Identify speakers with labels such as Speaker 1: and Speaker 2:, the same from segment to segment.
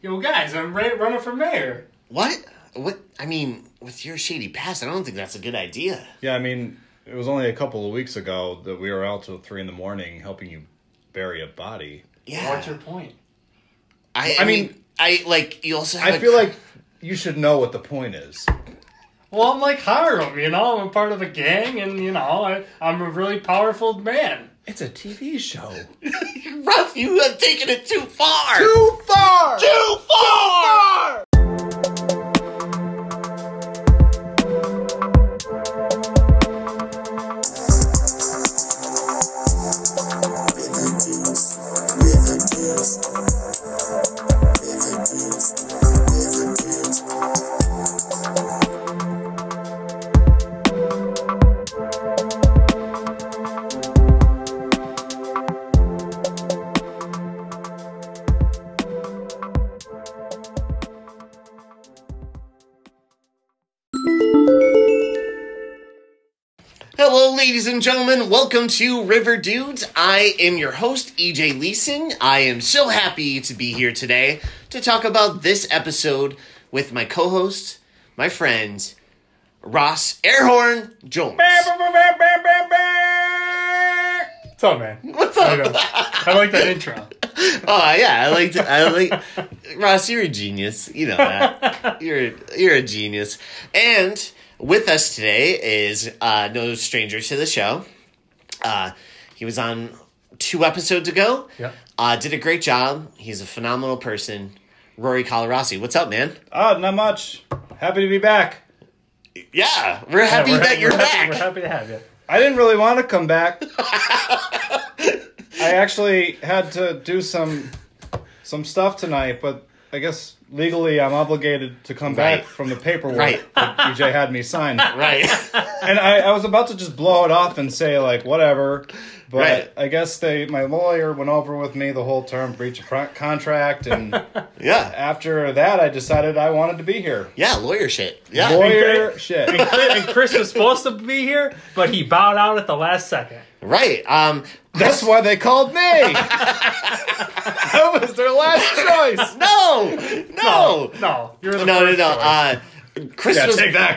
Speaker 1: Yo, guys, I'm ra- running for mayor.
Speaker 2: What? What? I mean, with your shady past, I don't think that's a good idea.
Speaker 3: Yeah, I mean, it was only a couple of weeks ago that we were out till three in the morning helping you bury a body.
Speaker 2: Yeah.
Speaker 1: What's your point?
Speaker 2: I, I,
Speaker 3: I
Speaker 2: mean,
Speaker 3: mean-
Speaker 2: I like you also. Have
Speaker 3: I
Speaker 2: a-
Speaker 3: feel like you should know what the point is.
Speaker 1: Well, I'm like Hiram, you know. I'm a part of a gang, and you know, I, I'm a really powerful man.
Speaker 3: It's a TV show.
Speaker 2: Ruff, you have taken it too far.
Speaker 3: Too far.
Speaker 2: Too far. Hello, ladies and gentlemen. Welcome to River Dudes. I am your host, EJ Leeson. I am so happy to be here today to talk about this episode with my co-host, my friend Ross Airhorn Jones.
Speaker 1: What's up, man? What's up? I, know. I like that intro.
Speaker 2: Oh yeah, I like to, I like Ross. You're a genius. You know that. You're you're a genius. And with us today is uh, no stranger to the show. Uh, he was on two episodes ago.
Speaker 1: Yep.
Speaker 2: Uh, did a great job. He's a phenomenal person. Rory Colorossi, what's up, man?
Speaker 3: Ah, not much. Happy to be back.
Speaker 2: Yeah, we're happy
Speaker 1: Yeah, we're-
Speaker 2: that you're
Speaker 1: we're
Speaker 2: back.
Speaker 1: Happy, we're happy to have you.
Speaker 3: I didn't really want to come back. I actually had to do some some stuff tonight, but I guess legally I'm obligated to come
Speaker 2: Right.
Speaker 3: back from the paperwork
Speaker 2: Right.
Speaker 3: that DJ had me sign.
Speaker 2: Right.
Speaker 3: And I, I was about to just blow it off and say like whatever, but
Speaker 2: Right.
Speaker 3: I guess they my lawyer went over with me the whole term breach of pro- contract, and
Speaker 2: yeah.
Speaker 3: after that I decided I wanted to be here.
Speaker 2: Yeah. Lawyer shit. Yeah.
Speaker 3: Lawyer shit.
Speaker 1: And Chris, and Chris was supposed to be here, but he bowed out at the last second.
Speaker 2: Right. Um.
Speaker 3: That's why they called me. that was their last choice.
Speaker 2: No. No.
Speaker 1: No, you're the
Speaker 2: No, no,
Speaker 1: first
Speaker 2: no.
Speaker 1: choice.
Speaker 2: Uh, Chris was
Speaker 3: that,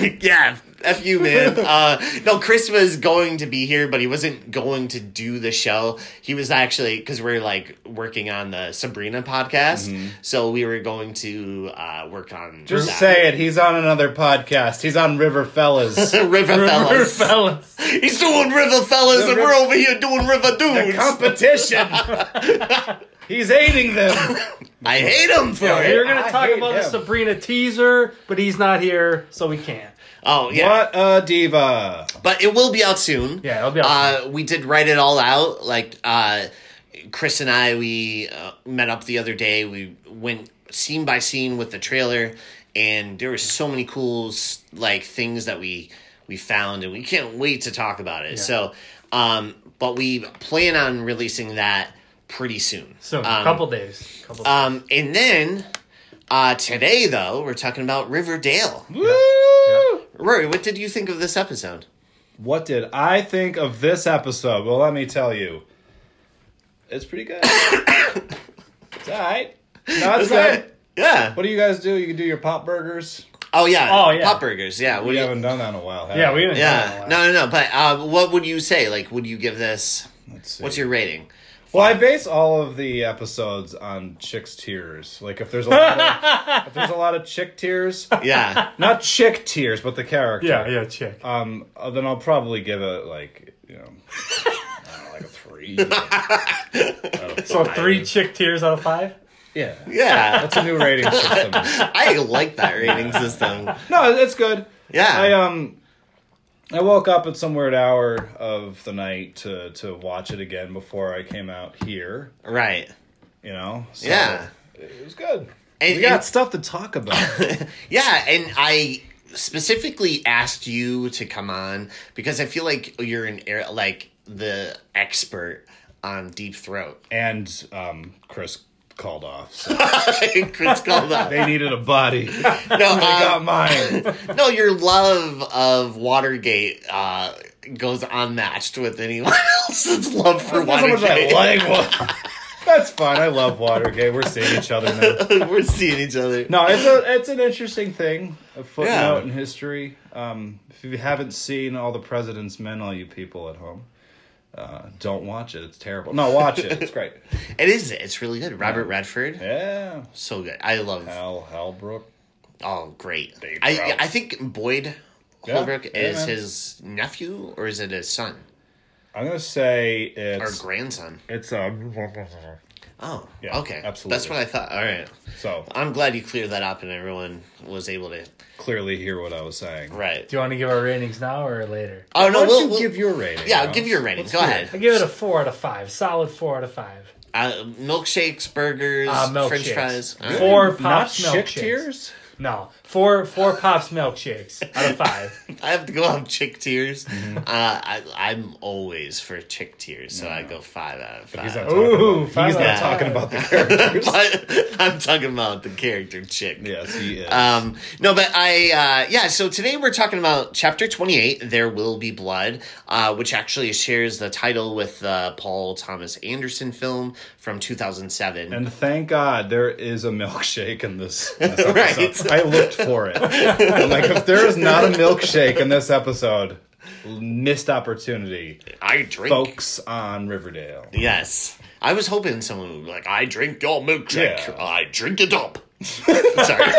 Speaker 2: yeah, f you, man. Uh, no, Chris was going to be here, but he wasn't going to do the show. He was actually because we're like working on the Sabrina podcast, so we were going to uh, work on
Speaker 3: Mm-hmm. Just
Speaker 2: that.
Speaker 3: say it. He's on another podcast. He's on River Fellas. the
Speaker 2: River
Speaker 1: We're
Speaker 2: Fellas.
Speaker 1: fellas.
Speaker 2: He's doing River Fellas, and
Speaker 3: Riv-
Speaker 2: we're over here doing River Dudes.
Speaker 3: competition. He's aiding them.
Speaker 2: I hate him for
Speaker 1: We
Speaker 2: it.
Speaker 1: were going to
Speaker 3: I
Speaker 1: talk
Speaker 3: hate
Speaker 1: about the
Speaker 3: him.
Speaker 1: Sabrina teaser, but he's not here, so we can't.
Speaker 2: Oh yeah,
Speaker 3: What a diva.
Speaker 2: but it will be out soon.
Speaker 1: Yeah, it'll be out
Speaker 2: Uh, we did write it all out. Like uh, Chris and I, we uh, met up the other day. We went scene by scene with the trailer, and there were so many cool s- like things that we we found, and we can't wait to talk about it. So, um, but we plan on releasing that pretty soon.
Speaker 1: So, a
Speaker 2: Um,
Speaker 1: couple days. Couple days.
Speaker 2: um, and then uh, today though, we're talking about Riverdale.
Speaker 3: Woo!
Speaker 2: Rory, what did you think of this episode?
Speaker 3: What did I think of this episode? Well, let me tell you. It's pretty good. it's all right. No, it's good.
Speaker 2: Yeah.
Speaker 3: What do you guys do? You can do your pop burgers.
Speaker 2: Oh yeah.
Speaker 1: Oh, yeah.
Speaker 2: Pop burgers. Yeah. What
Speaker 3: We
Speaker 2: do you-
Speaker 3: haven't done that in a while. have
Speaker 1: yeah, we didn't.
Speaker 2: Yeah.
Speaker 1: know.
Speaker 2: No, no, no. But uh, what would you say? Like, would you give this?
Speaker 3: Let's see.
Speaker 2: What's your rating?
Speaker 3: Well, I base all of the episodes on chicks' tears. Like if there's a lot of, if there's a lot of chick tears,
Speaker 2: Yeah.
Speaker 3: not chick tears, but the character.
Speaker 1: Yeah, yeah, chick.
Speaker 3: Um, uh, then I'll probably give it like you know, I don't know, like a three. Out of
Speaker 1: so
Speaker 3: five.
Speaker 1: three chick tears out of five.
Speaker 3: Yeah,
Speaker 2: yeah.
Speaker 3: that's a new rating system.
Speaker 2: I like that rating system.
Speaker 3: No, it's good.
Speaker 2: Yeah.
Speaker 3: I um, I woke up at some weird hour of the night to to watch it again before I came out here.
Speaker 2: right.
Speaker 3: You know. So
Speaker 2: Yeah.
Speaker 3: it was good.
Speaker 2: And-
Speaker 3: we got
Speaker 2: and-
Speaker 3: stuff to talk about.
Speaker 2: Yeah, and I specifically asked you to come on because I feel like you're an air, like the expert on deep throat.
Speaker 3: and um, Chris called off. So
Speaker 2: Chris called up.
Speaker 3: they needed a body. They
Speaker 2: No, uh,
Speaker 3: got mine.
Speaker 2: no, your love of Watergate uh, goes unmatched with anyone else's love for
Speaker 3: Not so much
Speaker 2: Watergate.
Speaker 3: that leg was. it's fine. I love Watergate. We're seeing each other now.
Speaker 2: We're seeing each other.
Speaker 3: No, it's a it's an interesting thing. A footnote
Speaker 2: Yeah.
Speaker 3: in history. Um, if you haven't seen all the President's Men, all you people at home, uh, don't watch it. It's terrible. No, watch it. It's great.
Speaker 2: It is. It's really good. Robert Redford,
Speaker 3: Yeah,
Speaker 2: so good. I love.
Speaker 3: Al Halbrook.
Speaker 2: Oh, great.
Speaker 3: Dave
Speaker 2: I
Speaker 3: Prowse.
Speaker 2: I think Boyd
Speaker 3: Yeah,
Speaker 2: Holbrook
Speaker 3: yeah,
Speaker 2: is
Speaker 3: man.
Speaker 2: his nephew or is it his son
Speaker 3: I'm gonna say
Speaker 2: or
Speaker 3: it's
Speaker 2: grandson?
Speaker 3: it's um.
Speaker 2: Oh,
Speaker 3: Yeah,
Speaker 2: okay.
Speaker 3: absolutely.
Speaker 2: That's what I thought. All right.
Speaker 3: So
Speaker 2: I'm glad you cleared that up and everyone was able to.
Speaker 3: clearly, hear what I was saying.
Speaker 2: Right.
Speaker 1: Do you want to give our ratings now or later?
Speaker 2: Oh,
Speaker 3: Why
Speaker 2: no,
Speaker 3: don't
Speaker 2: we'll,
Speaker 3: you
Speaker 2: we'll-
Speaker 3: give your rating?
Speaker 2: Yeah,
Speaker 3: Ross?
Speaker 2: give your rating.
Speaker 3: Let's
Speaker 2: Go
Speaker 3: hear
Speaker 2: ahead.
Speaker 1: I give it a four out of five. Solid four out of five.
Speaker 2: Uh, milkshakes, burgers,
Speaker 1: Uh, milkshakes.
Speaker 2: french fries. All right.
Speaker 1: Four- Or
Speaker 3: Not
Speaker 1: Pops
Speaker 3: chick
Speaker 1: milkshakes.
Speaker 3: tears.
Speaker 1: No, four four pops milkshakes out of five.
Speaker 2: I have to go on chick tears.
Speaker 3: Mm-hmm.
Speaker 2: Uh, I, I'm always for chick tears, so I go five out of five.
Speaker 3: He's not talking
Speaker 1: Ooh,
Speaker 3: about, he's not
Speaker 1: five.
Speaker 3: talking about the characters.
Speaker 2: But I'm talking about the character chick.
Speaker 3: yes, he is.
Speaker 2: Um, no, but I, uh, yeah, so today we're talking about chapter 28, There Will Be Blood, uh, which actually shares the title with the Paul Thomas Anderson film from 2007.
Speaker 3: And thank God there is a milkshake in this, in this
Speaker 2: Right.
Speaker 3: episode. I looked for it. I'm like, if there is not a milkshake in this episode, missed opportunity.
Speaker 2: I drink.
Speaker 3: Folks on Riverdale.
Speaker 2: Yes. I was hoping someone would be like, I drink your milkshake.
Speaker 3: Yeah.
Speaker 2: I drink it up. Sorry.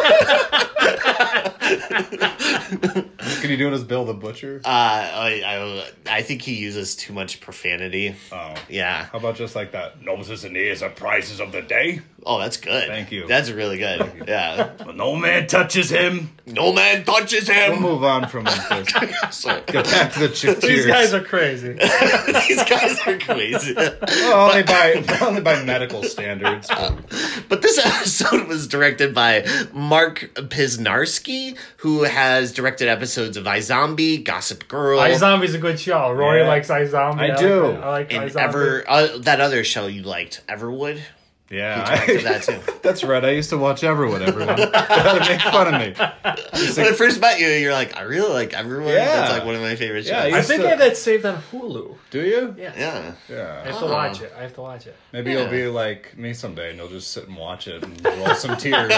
Speaker 3: Can you do it as Bill the Butcher?
Speaker 2: Uh, I, I, I think he uses too much profanity.
Speaker 3: oh.
Speaker 2: Yeah.
Speaker 3: How about just like that? Noses and ears are prizes of the day.
Speaker 2: Oh, that's good.
Speaker 3: Thank you.
Speaker 2: That's really good. Yeah.
Speaker 3: But no man touches him.
Speaker 2: no man touches
Speaker 3: We'll
Speaker 2: him.
Speaker 3: move on from this.
Speaker 2: Sorry.
Speaker 3: Get back to the chick
Speaker 1: These
Speaker 3: tears.
Speaker 1: guys are crazy.
Speaker 2: These guys are crazy.
Speaker 3: Well, Oh, only by only by medical standards.
Speaker 2: But this episode was directed by Mark Pisnarski, who has directed episodes of iZombie, Gossip Girl,
Speaker 1: I Zombie's a good show. Rory
Speaker 3: Yeah.
Speaker 1: likes I Zombie.
Speaker 3: I do.
Speaker 1: I like I
Speaker 2: and
Speaker 1: Zombie.
Speaker 2: ever uh, that other show you liked, Everwood.
Speaker 3: Yeah,
Speaker 2: Directed that too.
Speaker 3: That's right. I used to watch Everwood. Everyone had to make fun of me. It's
Speaker 2: when I
Speaker 3: like,
Speaker 2: first met you, you're like, I really like everyone.
Speaker 3: Yeah.
Speaker 2: That's like one of my favorite shows.
Speaker 3: Yeah,
Speaker 2: Yeah.
Speaker 1: I think I have that saved on Hulu.
Speaker 3: do you?
Speaker 1: Yeah. I
Speaker 3: Yeah.
Speaker 2: Oh.
Speaker 1: have to watch it. I have to watch it.
Speaker 3: Maybe
Speaker 2: Yeah.
Speaker 3: you'll be like me someday, and you'll just sit and watch it and roll some tears.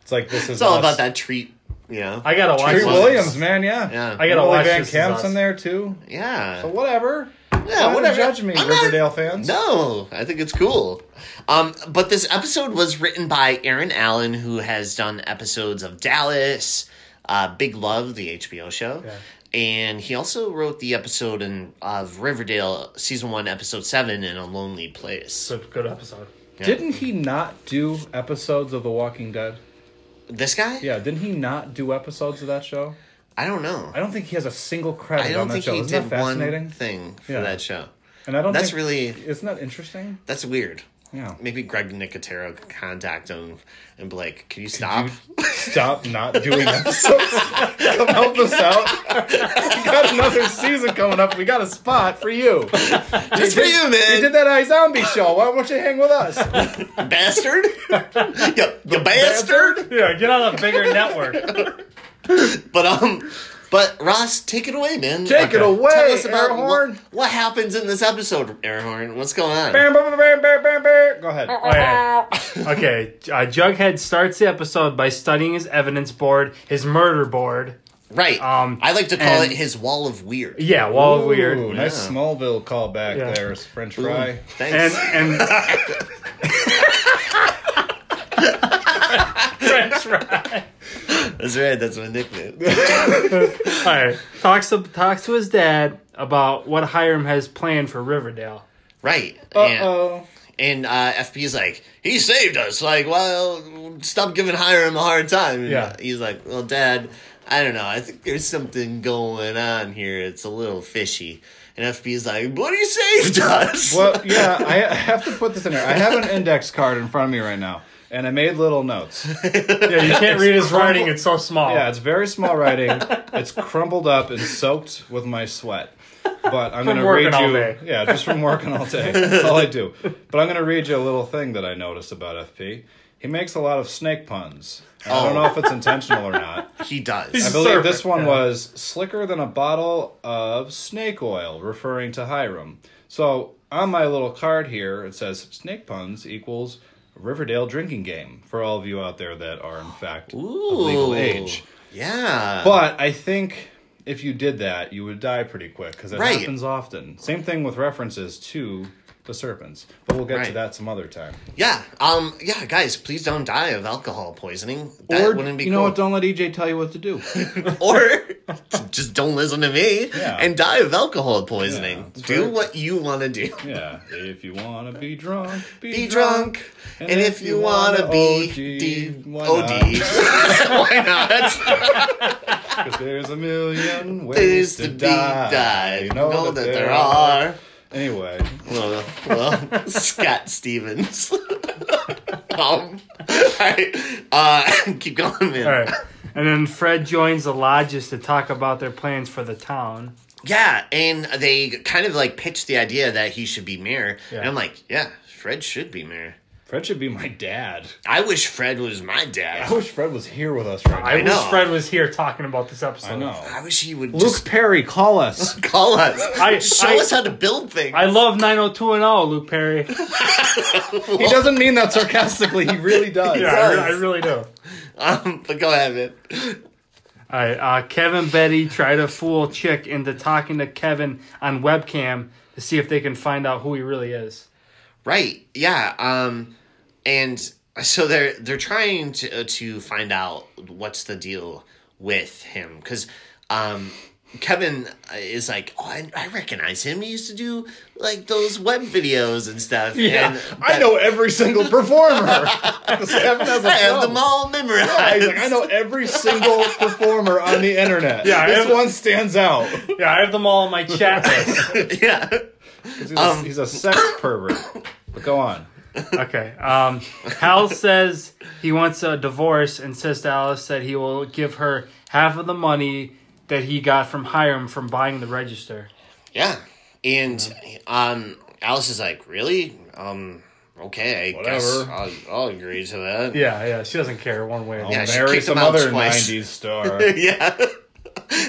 Speaker 3: It's like this is
Speaker 2: It's all
Speaker 3: us.
Speaker 2: about that treat, you know?
Speaker 1: I gotta watch
Speaker 3: Tree
Speaker 1: it.
Speaker 3: Williams, man. Yeah.
Speaker 2: Yeah.
Speaker 1: I gotta
Speaker 3: Emily
Speaker 1: watch
Speaker 3: Van
Speaker 1: this is
Speaker 3: Camp's
Speaker 1: us.
Speaker 3: in there too.
Speaker 2: yeah.
Speaker 3: But whatever.
Speaker 2: Yeah,
Speaker 3: Why
Speaker 2: whatever.
Speaker 3: Don't judge me,
Speaker 2: I'm not-
Speaker 3: Riverdale fans.
Speaker 2: No, I think it's cool. Um, but this episode was written by Aaron Allen, who has done episodes of Dallas, uh, Big Love, the HBO show.
Speaker 1: Yeah.
Speaker 2: And he also wrote the episode in, of Riverdale, season one, episode seven, in a lonely
Speaker 1: It's
Speaker 2: place.
Speaker 1: a good episode.
Speaker 3: Didn't he not do episodes of The Walking Dead?
Speaker 2: This guy?
Speaker 3: Yeah. Didn't he not do episodes of that show?
Speaker 2: I don't know.
Speaker 3: I don't think he has a single credit
Speaker 2: I don't
Speaker 3: on that
Speaker 2: think
Speaker 3: show.
Speaker 2: he
Speaker 3: Isn't
Speaker 2: did
Speaker 3: that fascinating?
Speaker 2: one thing for
Speaker 3: Yeah.
Speaker 2: that show.
Speaker 3: And I don't.
Speaker 2: That's
Speaker 3: think,
Speaker 2: really
Speaker 3: Isn't that interesting?
Speaker 2: that's weird.
Speaker 3: Yeah.
Speaker 2: Maybe Greg Nicotero could contact him and be like, "Can you stop?"
Speaker 3: stop not doing episodes. Come help us out. We got another season coming up. We got a spot for you.
Speaker 2: Just for you, man.
Speaker 3: You did that iZombie show. Why won't you hang with us?
Speaker 2: bastard! you, you bastard!
Speaker 1: Yeah, get on a bigger network.
Speaker 2: But um, but Ross, take it away, man.
Speaker 3: Take
Speaker 1: Okay.
Speaker 3: it away,
Speaker 2: Tell us about
Speaker 3: air
Speaker 2: what-
Speaker 3: horn.
Speaker 2: What, happens in this episode, Air Horn. What's going on?
Speaker 3: Bam, bam, bam, bam, bam, bam. Go ahead.
Speaker 1: Oh, yeah. Okay, uh, Jughead starts the episode by studying his evidence board, his murder board.
Speaker 2: Right.
Speaker 1: Um,
Speaker 2: I like to call
Speaker 1: and-
Speaker 2: it his wall of weird.
Speaker 1: Yeah, wall
Speaker 3: Ooh,
Speaker 1: of weird.
Speaker 3: Nice
Speaker 2: Yeah.
Speaker 3: Smallville callback
Speaker 1: Yeah.
Speaker 3: there. French fry.
Speaker 1: And
Speaker 2: Thanks.
Speaker 1: and French fry.
Speaker 2: that's right. That's my nickname.
Speaker 1: All right. Talks to, talks to his dad about what Hiram has planned for Riverdale.
Speaker 2: right.
Speaker 3: Uh
Speaker 2: And-
Speaker 3: oh.
Speaker 2: And uh, FP is like, he saved us. Like, well, stop giving Hiram a hard time. And uh,
Speaker 1: Yeah.
Speaker 2: He's like, well, Dad, I don't know. I think there's something going on here. It's a little fishy. And FP is like, but he saved us.
Speaker 3: Well, yeah, I I have to put this in there. I have an index card in front of me right now, and I made little notes.
Speaker 1: Yeah, you can't read his writing; it's so small.
Speaker 3: Yeah, it's very small writing. it's crumbled up and soaked with my sweat. But I'm going to
Speaker 1: working
Speaker 3: read
Speaker 1: all
Speaker 3: you.
Speaker 1: day.
Speaker 3: Yeah, just from working all day. That's all I do. But I'm going to read you a little thing that I noticed about FP. He makes a lot of snake puns. And I don't know if it's intentional or not.
Speaker 2: he does.
Speaker 3: I
Speaker 1: He's-
Speaker 3: believe
Speaker 1: Surfer,
Speaker 3: this one
Speaker 1: Oh. yeah.
Speaker 3: was slicker than a bottle of snake oil, referring to Hiram. So on my little card here, it says snake puns equals Riverdale drinking game for all of you out there that are, in fact, of
Speaker 2: Ooh.
Speaker 3: legal age.
Speaker 2: Yeah.
Speaker 3: But I think if you did that, you would die pretty quick because it
Speaker 2: Right.
Speaker 3: happens often. Same thing with references to the serpents, but we'll get to
Speaker 2: Right.
Speaker 3: that some other time.
Speaker 2: yeah. Um. Yeah, guys, please don't die of alcohol poisoning. That
Speaker 3: or
Speaker 2: wouldn't be
Speaker 3: you
Speaker 2: cool.
Speaker 3: know what? Don't let EJ tell you what to do.
Speaker 2: or just don't listen to me
Speaker 3: Yeah.
Speaker 2: and die of alcohol poisoning.
Speaker 3: that's
Speaker 2: do
Speaker 3: right.
Speaker 2: what you want to do.
Speaker 3: yeah, if you wanna be drunk, be,
Speaker 2: Be drunk, and, if you want to be D-
Speaker 3: why
Speaker 2: OD, why not?
Speaker 3: Because there's a million ways
Speaker 2: There's
Speaker 3: to
Speaker 2: the
Speaker 3: die.
Speaker 2: die.
Speaker 3: You
Speaker 2: know, that, there are.
Speaker 3: Anyway,
Speaker 2: Well, well, Scott Stevens. um, all right, uh, keep going, man.
Speaker 1: All right. And then Fred joins the lodges to talk about their plans for the town.
Speaker 2: Yeah, and they kind of like pitched the idea that he should be mayor,
Speaker 1: Yeah.
Speaker 2: and I'm like, yeah, Fred should be mayor.
Speaker 3: Fred should be my dad.
Speaker 2: I wish Fred was my
Speaker 3: I
Speaker 2: dad.
Speaker 3: wish Fred was here with us right now.
Speaker 1: I, wish
Speaker 2: know.
Speaker 1: Fred was here talking about this episode.
Speaker 3: I know.
Speaker 2: I wish he would
Speaker 3: Luke
Speaker 2: just
Speaker 3: Perry, call us.
Speaker 2: call us.
Speaker 1: I-
Speaker 2: show
Speaker 1: I-
Speaker 2: us how to build things.
Speaker 1: I love 90210, Luke Perry.
Speaker 3: he doesn't mean that sarcastically. He really does.
Speaker 1: Yeah, I, re- I really do.
Speaker 2: um, but go ahead, man.
Speaker 1: All right, uh, Kevin Betty try to fool Chick into talking to Kevin on webcam to see if they can find out who he really is.
Speaker 2: Right? Yeah. Um, and so they're they're trying to uh, to find out what's the deal with him because um, Kevin is like, oh, I, I recognize him. He used to do like those web videos and stuff.
Speaker 3: Yeah,
Speaker 2: and
Speaker 3: I know every single performer. 'Cause Kevin has a
Speaker 2: I have them
Speaker 3: problem.
Speaker 2: all memorized.
Speaker 3: He's like, I know every single performer on the internet.
Speaker 1: Yeah, I
Speaker 3: this
Speaker 1: have-
Speaker 3: one stands out.
Speaker 1: Yeah, I have them all in my chat list.
Speaker 2: yeah.
Speaker 3: 'Cause He's,
Speaker 2: Um,
Speaker 3: a, he's a sex pervert. But go on.
Speaker 1: okay. Um, Hal says he wants a divorce and says to Alice that he will give her half of the money that he got from Hiram from buying the register.
Speaker 2: Yeah. And um Alice is like, Really? Um okay, I guess
Speaker 3: Whatever.
Speaker 2: I'll, I'll agree to that.
Speaker 1: Yeah, yeah. She doesn't care one way or the
Speaker 2: Yeah,
Speaker 1: other.
Speaker 2: she
Speaker 3: Marry
Speaker 2: kicked
Speaker 3: some
Speaker 2: him out
Speaker 3: other
Speaker 2: twice.
Speaker 3: 90s star.
Speaker 2: Yeah.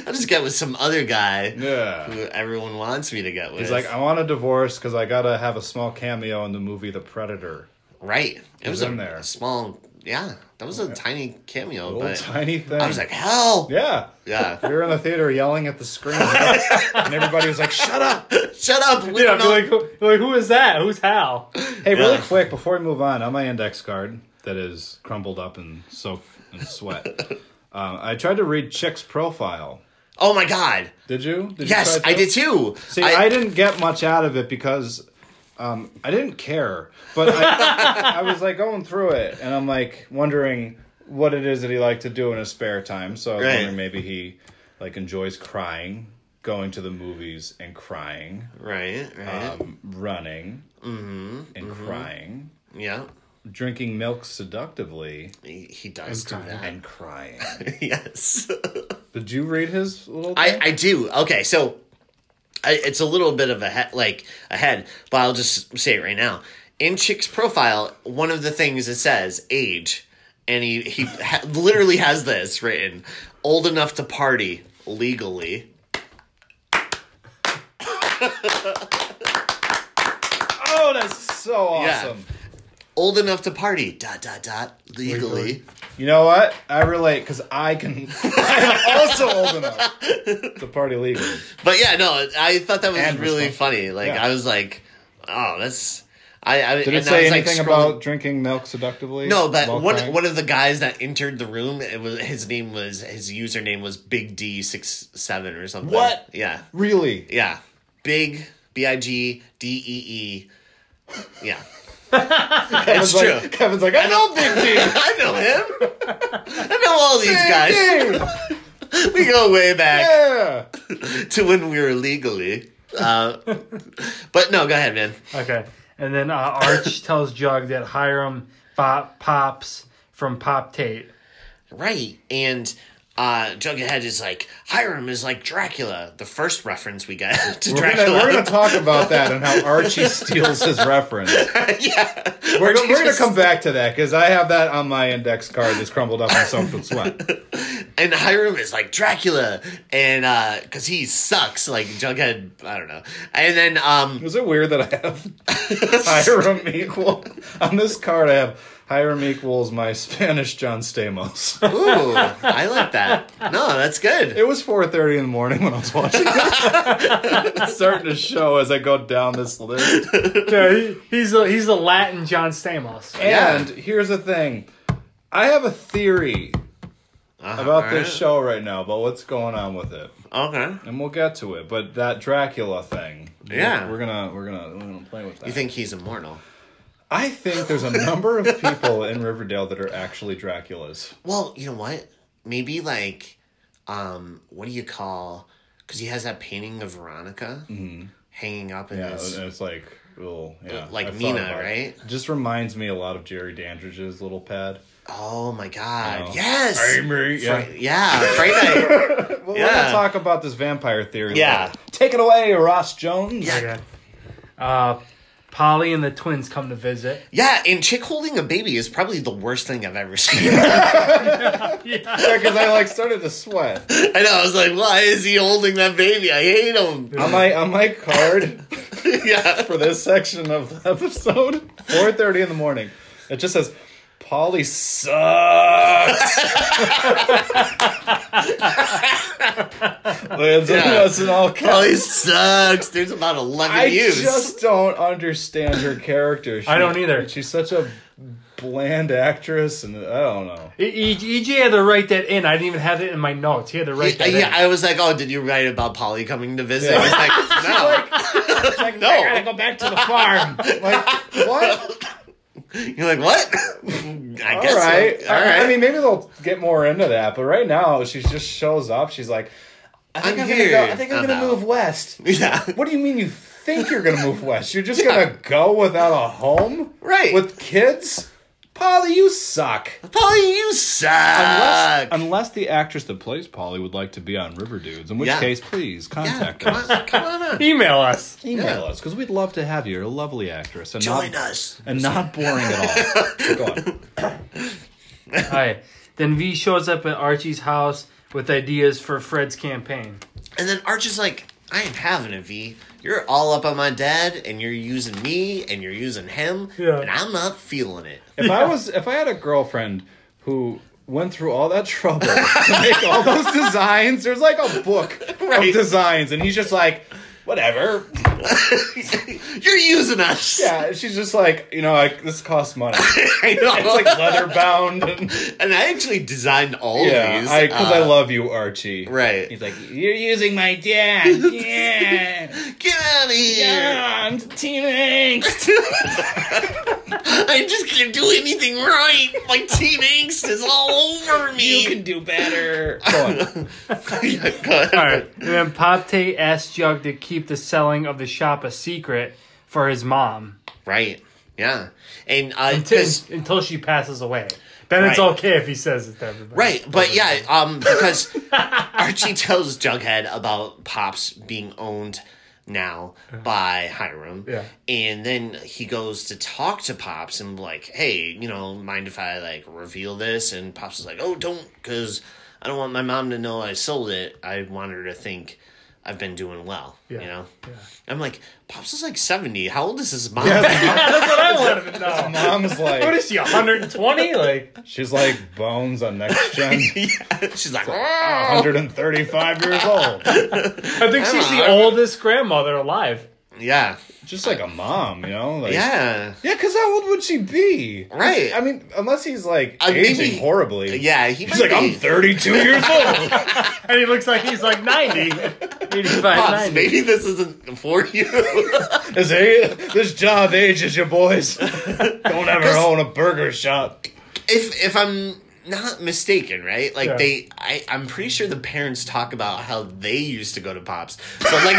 Speaker 2: I'll just get with some other guy
Speaker 3: Yeah.
Speaker 2: who everyone wants me to get with.
Speaker 3: He's like, I want a divorce because I gotta have a small cameo in the movie The Predator.
Speaker 2: Right. It was
Speaker 3: in
Speaker 2: a
Speaker 3: there.
Speaker 2: small yeah, that was a tiny cameo,
Speaker 3: Little
Speaker 2: but
Speaker 3: tiny thing.
Speaker 2: I was like, Hell
Speaker 3: yeah.
Speaker 2: Yeah.
Speaker 3: We were in the theater yelling at the screen, and everybody was like, "Shut up!"
Speaker 2: Shut up. We
Speaker 1: Yeah,
Speaker 2: don't
Speaker 1: be
Speaker 2: know.
Speaker 1: like, who, be like, who is that? Who's Hal?
Speaker 3: Hey, really
Speaker 2: Yeah.
Speaker 3: quick before we move on, on my index card that is crumbled up and soaked in sweat, um, I tried to read Chick's profile.
Speaker 2: oh my god.
Speaker 3: Did you? Did you
Speaker 2: Yes,
Speaker 3: try
Speaker 2: I
Speaker 3: to?
Speaker 2: did too.
Speaker 3: See, I, didn't get much out of it because um, I didn't care. But I, I was like going through it, and I'm like wondering what it is that he liked to do in his spare time. So I was
Speaker 2: Right.
Speaker 3: wondering maybe he like enjoys crying, going to the movies and crying,
Speaker 2: Right, right.
Speaker 3: um, running
Speaker 2: Mm-hmm.
Speaker 3: and crying,
Speaker 2: yeah.
Speaker 3: drinking milk seductively
Speaker 2: He, he does do that.
Speaker 3: and crying.
Speaker 2: yes.
Speaker 3: Did you read his little?
Speaker 2: I,
Speaker 3: thing?
Speaker 2: I do. Okay, so I, it's a little bit of a he- like ahead, but I'll just say it right now. In Chick's profile, one of the things it says age, and he he ha- literally has this written: old enough to party legally.
Speaker 3: oh, that's so
Speaker 2: Yeah.
Speaker 3: awesome.
Speaker 2: Old enough to party, dot dot dot, legally.
Speaker 3: You know what? I relate because I can. I am also old enough to party legally.
Speaker 2: But yeah, no, I thought that was
Speaker 3: And
Speaker 2: really
Speaker 3: responsible.
Speaker 2: funny. Like
Speaker 3: Yeah.
Speaker 2: I was like, oh, that's. I, I
Speaker 3: Did it say anything about drinking milk seductively?
Speaker 2: No, but
Speaker 3: while
Speaker 2: one
Speaker 3: crying?
Speaker 2: one of the guys that entered the room, it was his name was his username was Big D six seven or something.
Speaker 3: What?
Speaker 2: Yeah,
Speaker 3: Really?
Speaker 2: yeah. Big B I G D E E. Yeah,
Speaker 3: Kevin's
Speaker 2: it's true.
Speaker 3: like, Kevin's like, I know Big D.
Speaker 2: I know him. I know all these guys.
Speaker 3: Big D.
Speaker 2: We go way back
Speaker 3: Yeah.
Speaker 2: to when we were legally. Uh, but no, go ahead, man.
Speaker 1: Okay. And then uh, Arch tells Jug that Hiram bought pops from Pop Tate.
Speaker 2: Right, and uh, Jughead is like Hiram is like Dracula. The first reference we got to
Speaker 3: We're gonna,
Speaker 2: Dracula.
Speaker 3: we're gonna talk about that and how Archie steals his reference.
Speaker 2: yeah,
Speaker 3: We're, gonna, we're gonna come back to that because I have that on my index card that's crumbled up and soaked with sweat.
Speaker 2: and Hiram is like Dracula, and because he sucks, like Jughead. I don't know. And then um,
Speaker 3: Is it weird that I have Hiram equal on this card? I have Hiram equals my Spanish John Stamos.
Speaker 2: ooh, I like that. No, that's good.
Speaker 3: It was four thirty in the morning when I was watching. It. it's starting to show as I go down this list.
Speaker 1: Yeah, he, he's a, he's a Latin John Stamos.
Speaker 2: Yeah.
Speaker 3: And here's the thing. I have a theory
Speaker 2: Uh-huh,
Speaker 3: about
Speaker 2: all
Speaker 3: this
Speaker 2: right.
Speaker 3: show right now, about what's going on with it.
Speaker 2: Okay.
Speaker 3: And we'll get to it, but that Dracula thing. we're-
Speaker 2: Yeah.
Speaker 3: We're gonna we're gonna we're gonna play with that.
Speaker 2: You think he's immortal?
Speaker 3: I think there's a number of people in Riverdale that are actually Draculas.
Speaker 2: Well, you know what? Maybe like, um, what do you call? Because he has that painting of Veronica hanging up in
Speaker 3: Mm-hmm. Yeah,
Speaker 2: his.
Speaker 3: and it's like well, yeah,
Speaker 2: Like
Speaker 3: I've thought
Speaker 2: Nina,
Speaker 3: about it.
Speaker 2: right?
Speaker 3: Just reminds me a lot of Jerry Dandridge's little pad.
Speaker 2: Oh my
Speaker 3: You
Speaker 2: god!
Speaker 3: know.
Speaker 2: Yes.
Speaker 3: Mary, yeah.
Speaker 2: Fri- yeah, Friday night.
Speaker 3: Well, we're
Speaker 2: Yeah.
Speaker 3: gonna talk about this vampire theory.
Speaker 2: Yeah.
Speaker 3: later. take it away, Ross Jones.
Speaker 2: Yeah.
Speaker 1: Okay. Uh, Polly and the twins come to visit.
Speaker 2: Yeah, and chick holding a baby is probably the worst thing I've ever seen.
Speaker 3: because I like started to sweat.
Speaker 2: I know. I was like, why is he holding that baby? I hate him.
Speaker 3: on my on my card
Speaker 2: yeah.
Speaker 3: for this section of the episode, four thirty in the morning. It just says, "Polly sucks." Lands on
Speaker 2: Yeah.
Speaker 3: us in all caps.
Speaker 2: Oh, he sucks. There's about eleven
Speaker 3: I
Speaker 2: views.
Speaker 3: just don't understand her character. She,
Speaker 1: I don't either.
Speaker 3: She's such a bland actress, and I don't know.
Speaker 1: E- E- EJ had to write that in. I didn't even have it in my notes. He had to write
Speaker 2: Yeah,
Speaker 1: that
Speaker 2: yeah,
Speaker 1: in.
Speaker 2: I was like, oh, did you write about Polly coming to visit?
Speaker 3: Yeah.
Speaker 2: I was like, no.
Speaker 1: no. I gotta go back to the farm.
Speaker 3: Like what?
Speaker 2: You're like, what? I
Speaker 3: All
Speaker 2: guess.
Speaker 3: right.
Speaker 2: So. All right.
Speaker 3: I mean, maybe they'll get more into that, but right now she just shows up. She's like, I think
Speaker 2: I'm
Speaker 3: I'm, gonna
Speaker 2: here.
Speaker 3: go, I think I'm
Speaker 2: I'm
Speaker 3: gonna
Speaker 2: out.
Speaker 3: move west.
Speaker 2: yeah.
Speaker 3: What do you mean you think you're gonna move west? You're just gonna go without a home?
Speaker 2: Right.
Speaker 3: With kids? Polly, you suck.
Speaker 2: Polly, you suck.
Speaker 3: Unless, unless the actress that plays Polly would like to be on River Dudes, in which
Speaker 2: Yeah.
Speaker 3: case, please
Speaker 2: yeah,
Speaker 3: contact
Speaker 2: come
Speaker 3: us.
Speaker 2: on, come on on.
Speaker 1: Email us.
Speaker 3: Email us because we'd love to have you. You're a lovely actress and
Speaker 2: Join
Speaker 3: not,
Speaker 2: us.
Speaker 3: and not boring at all. Go on.
Speaker 1: All right. Then V shows up at Archie's house with ideas for Fred's campaign.
Speaker 2: And then Arch is like, I ain't having it, V. You're all up on my dad, and you're using me, and you're using him,
Speaker 1: Yeah.
Speaker 2: and I'm not feeling it.
Speaker 3: If I was, if I had a girlfriend who went through all that trouble to make all those designs, there's like a book
Speaker 2: Right.
Speaker 3: of designs, and he's just like, whatever.
Speaker 2: You're using us.
Speaker 3: Yeah, she's just like, you know, like this costs money.
Speaker 2: I know.
Speaker 3: It's like leather bound. And,
Speaker 2: and I actually designed all of
Speaker 3: yeah,
Speaker 2: these.
Speaker 3: I because I
Speaker 2: Uh,
Speaker 3: love you, Archie.
Speaker 2: Right.
Speaker 3: He's like, you're using my dad. Yeah,
Speaker 2: Get out of here.
Speaker 3: yeah, I'm team angst.
Speaker 2: I just can't do anything right. My teen angst is all over me.
Speaker 3: You can do better. Go on.
Speaker 2: Yeah, go ahead.
Speaker 1: All right. And then Popte asks Jug to keep the selling of the shop a secret for his mom
Speaker 2: Right. Yeah. And uh,
Speaker 1: until,
Speaker 2: 'cause-
Speaker 1: until she passes away. Then it's
Speaker 2: Right.
Speaker 1: okay if he says it to everybody.
Speaker 2: right, but yeah, um, because Archie tells Jughead about Pops being owned now by Hiram.
Speaker 1: Yeah.
Speaker 2: And then he goes to talk to Pops and like, hey, you know, mind if I like reveal this? And Pops is like, oh, don't, because I don't want my mom to know I sold it. I want her to think I've been doing well.
Speaker 1: Yeah.
Speaker 2: You know. I'm like, Pops is like 70. How old is his mom?
Speaker 1: That's what I wanted to know.
Speaker 3: Mom's
Speaker 1: What
Speaker 3: like,
Speaker 1: is she, 120? Like,
Speaker 3: she's like bones on next gen.
Speaker 2: She's like, "Ah." "Wow."
Speaker 3: 135 years old.
Speaker 1: I think she's the oldest grandmother alive.
Speaker 2: yeah,
Speaker 3: Just like a mom, you know? Like,
Speaker 2: yeah,
Speaker 3: Yeah, because how old would she be?
Speaker 2: Right.
Speaker 3: I mean, unless he's like
Speaker 2: I mean,
Speaker 3: aging
Speaker 2: he-
Speaker 3: horribly.
Speaker 2: yeah. He
Speaker 3: He's like, I'm 32 years old.
Speaker 1: And he looks like he's like 90. 85,
Speaker 2: Pops,
Speaker 1: 90.
Speaker 2: maybe this isn't for you.
Speaker 3: This, this job ages you, boys. Don't ever own a burger shop.
Speaker 2: if if I'm not mistaken, right? Like
Speaker 1: Yeah.
Speaker 2: they, I, I'm pretty sure the parents talk about how they used to go to Pops. So like,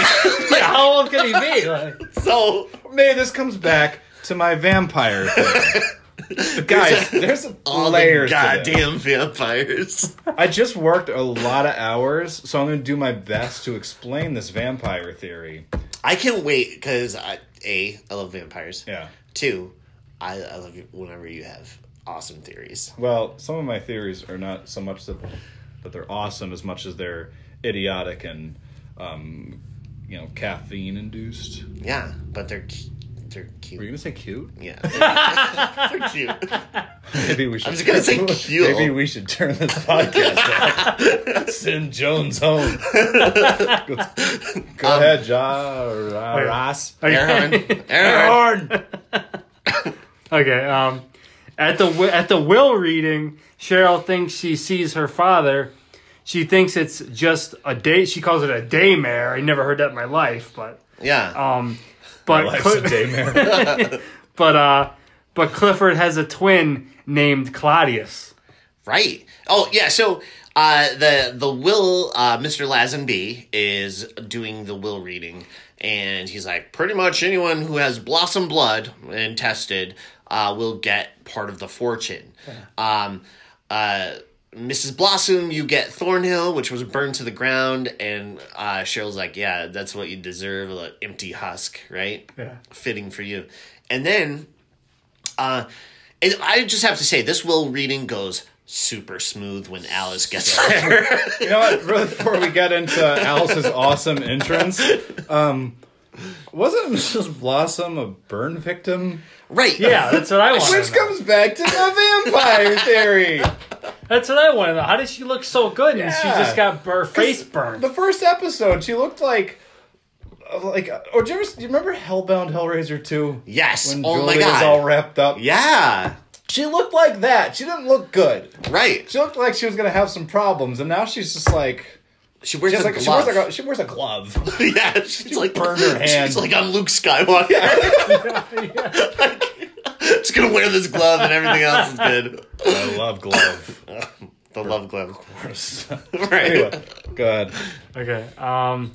Speaker 2: like
Speaker 1: How old can he be? Like,
Speaker 2: so
Speaker 3: Maybe this comes back to my vampire thing. Guys, there's
Speaker 2: All
Speaker 3: layers.
Speaker 2: the
Speaker 3: to this.
Speaker 2: goddamn vampires.
Speaker 3: I just worked a lot of hours, so I'm going to do my best to explain this vampire theory.
Speaker 2: I can't wait because I a I love vampires.
Speaker 3: Yeah.
Speaker 2: Two, I, I love you whenever you have awesome theories.
Speaker 3: Well, some of my theories are not so much that that they're awesome as much as they're idiotic and um, you know, caffeine induced.
Speaker 2: Yeah, but they're cu- they're
Speaker 3: Were you
Speaker 2: cute.
Speaker 3: going to say cute?
Speaker 2: Yeah, they're, cute.
Speaker 3: Maybe we should.
Speaker 2: was gonna say cute.
Speaker 3: Maybe we should turn this podcast off. Send Jones home. go go ahead, Ja Ra-
Speaker 1: wait.
Speaker 3: Ross.
Speaker 2: Aaron, Aaron.
Speaker 3: Aaron.
Speaker 1: Okay. Um, at the wi- at the will reading, Cheryl thinks she sees her father. She thinks it's just a day. She calls it a daymare. I never heard that in my life, but
Speaker 3: Uh,
Speaker 2: Yeah,
Speaker 1: um, but
Speaker 3: Life's
Speaker 1: Cl-
Speaker 3: a daymare.
Speaker 1: but uh, but Clifford has a twin named Claudius.
Speaker 2: right. Oh yeah. So uh, the the will uh, Mr. Lazenby is doing the will reading, and he's like, pretty much anyone who has blossom blood and tested uh, will get part of the fortune. Um, uh, Mrs. Blossom, you get Thornhill, which was burned to the ground, and uh, Cheryl's like, "Yeah, that's what you deserve—an empty husk, right?
Speaker 1: Yeah.
Speaker 2: Fitting for you." And then, uh, and I just have to say, this will reading goes super smooth when Alice gets there.
Speaker 3: you know what? Really, before we get into Alice's awesome entrance, um, wasn't Mrs. Blossom a burn victim?
Speaker 2: right?
Speaker 1: Yeah, that's what I
Speaker 3: Which
Speaker 1: wanted.
Speaker 3: comes back to the vampire theory.
Speaker 1: That's what I wanted. How did she look so good? And she
Speaker 3: Yeah.
Speaker 1: just got her face burned.
Speaker 3: The first episode, she looked like. Like, or do you, ever, do you remember Hellbound Hellraiser 2?
Speaker 2: Yes.
Speaker 3: When
Speaker 2: oh
Speaker 3: Julie
Speaker 2: my
Speaker 3: was
Speaker 2: god.
Speaker 3: all wrapped up.
Speaker 2: yeah.
Speaker 3: She looked like that. She didn't look good.
Speaker 2: Right.
Speaker 3: She looked like she was gonna have some problems, and now she's just like
Speaker 2: She wears
Speaker 3: she's
Speaker 2: a
Speaker 3: like she
Speaker 2: glove.
Speaker 3: wears like a, she wears a glove.
Speaker 2: yeah, she's like
Speaker 3: burned her hand.
Speaker 2: She's like I'm Luke Skywalker. Just gonna wear this glove and everything else is good.
Speaker 3: I love glove.
Speaker 2: The love glove. Right.
Speaker 3: anyway, go ahead.
Speaker 1: Okay. Um,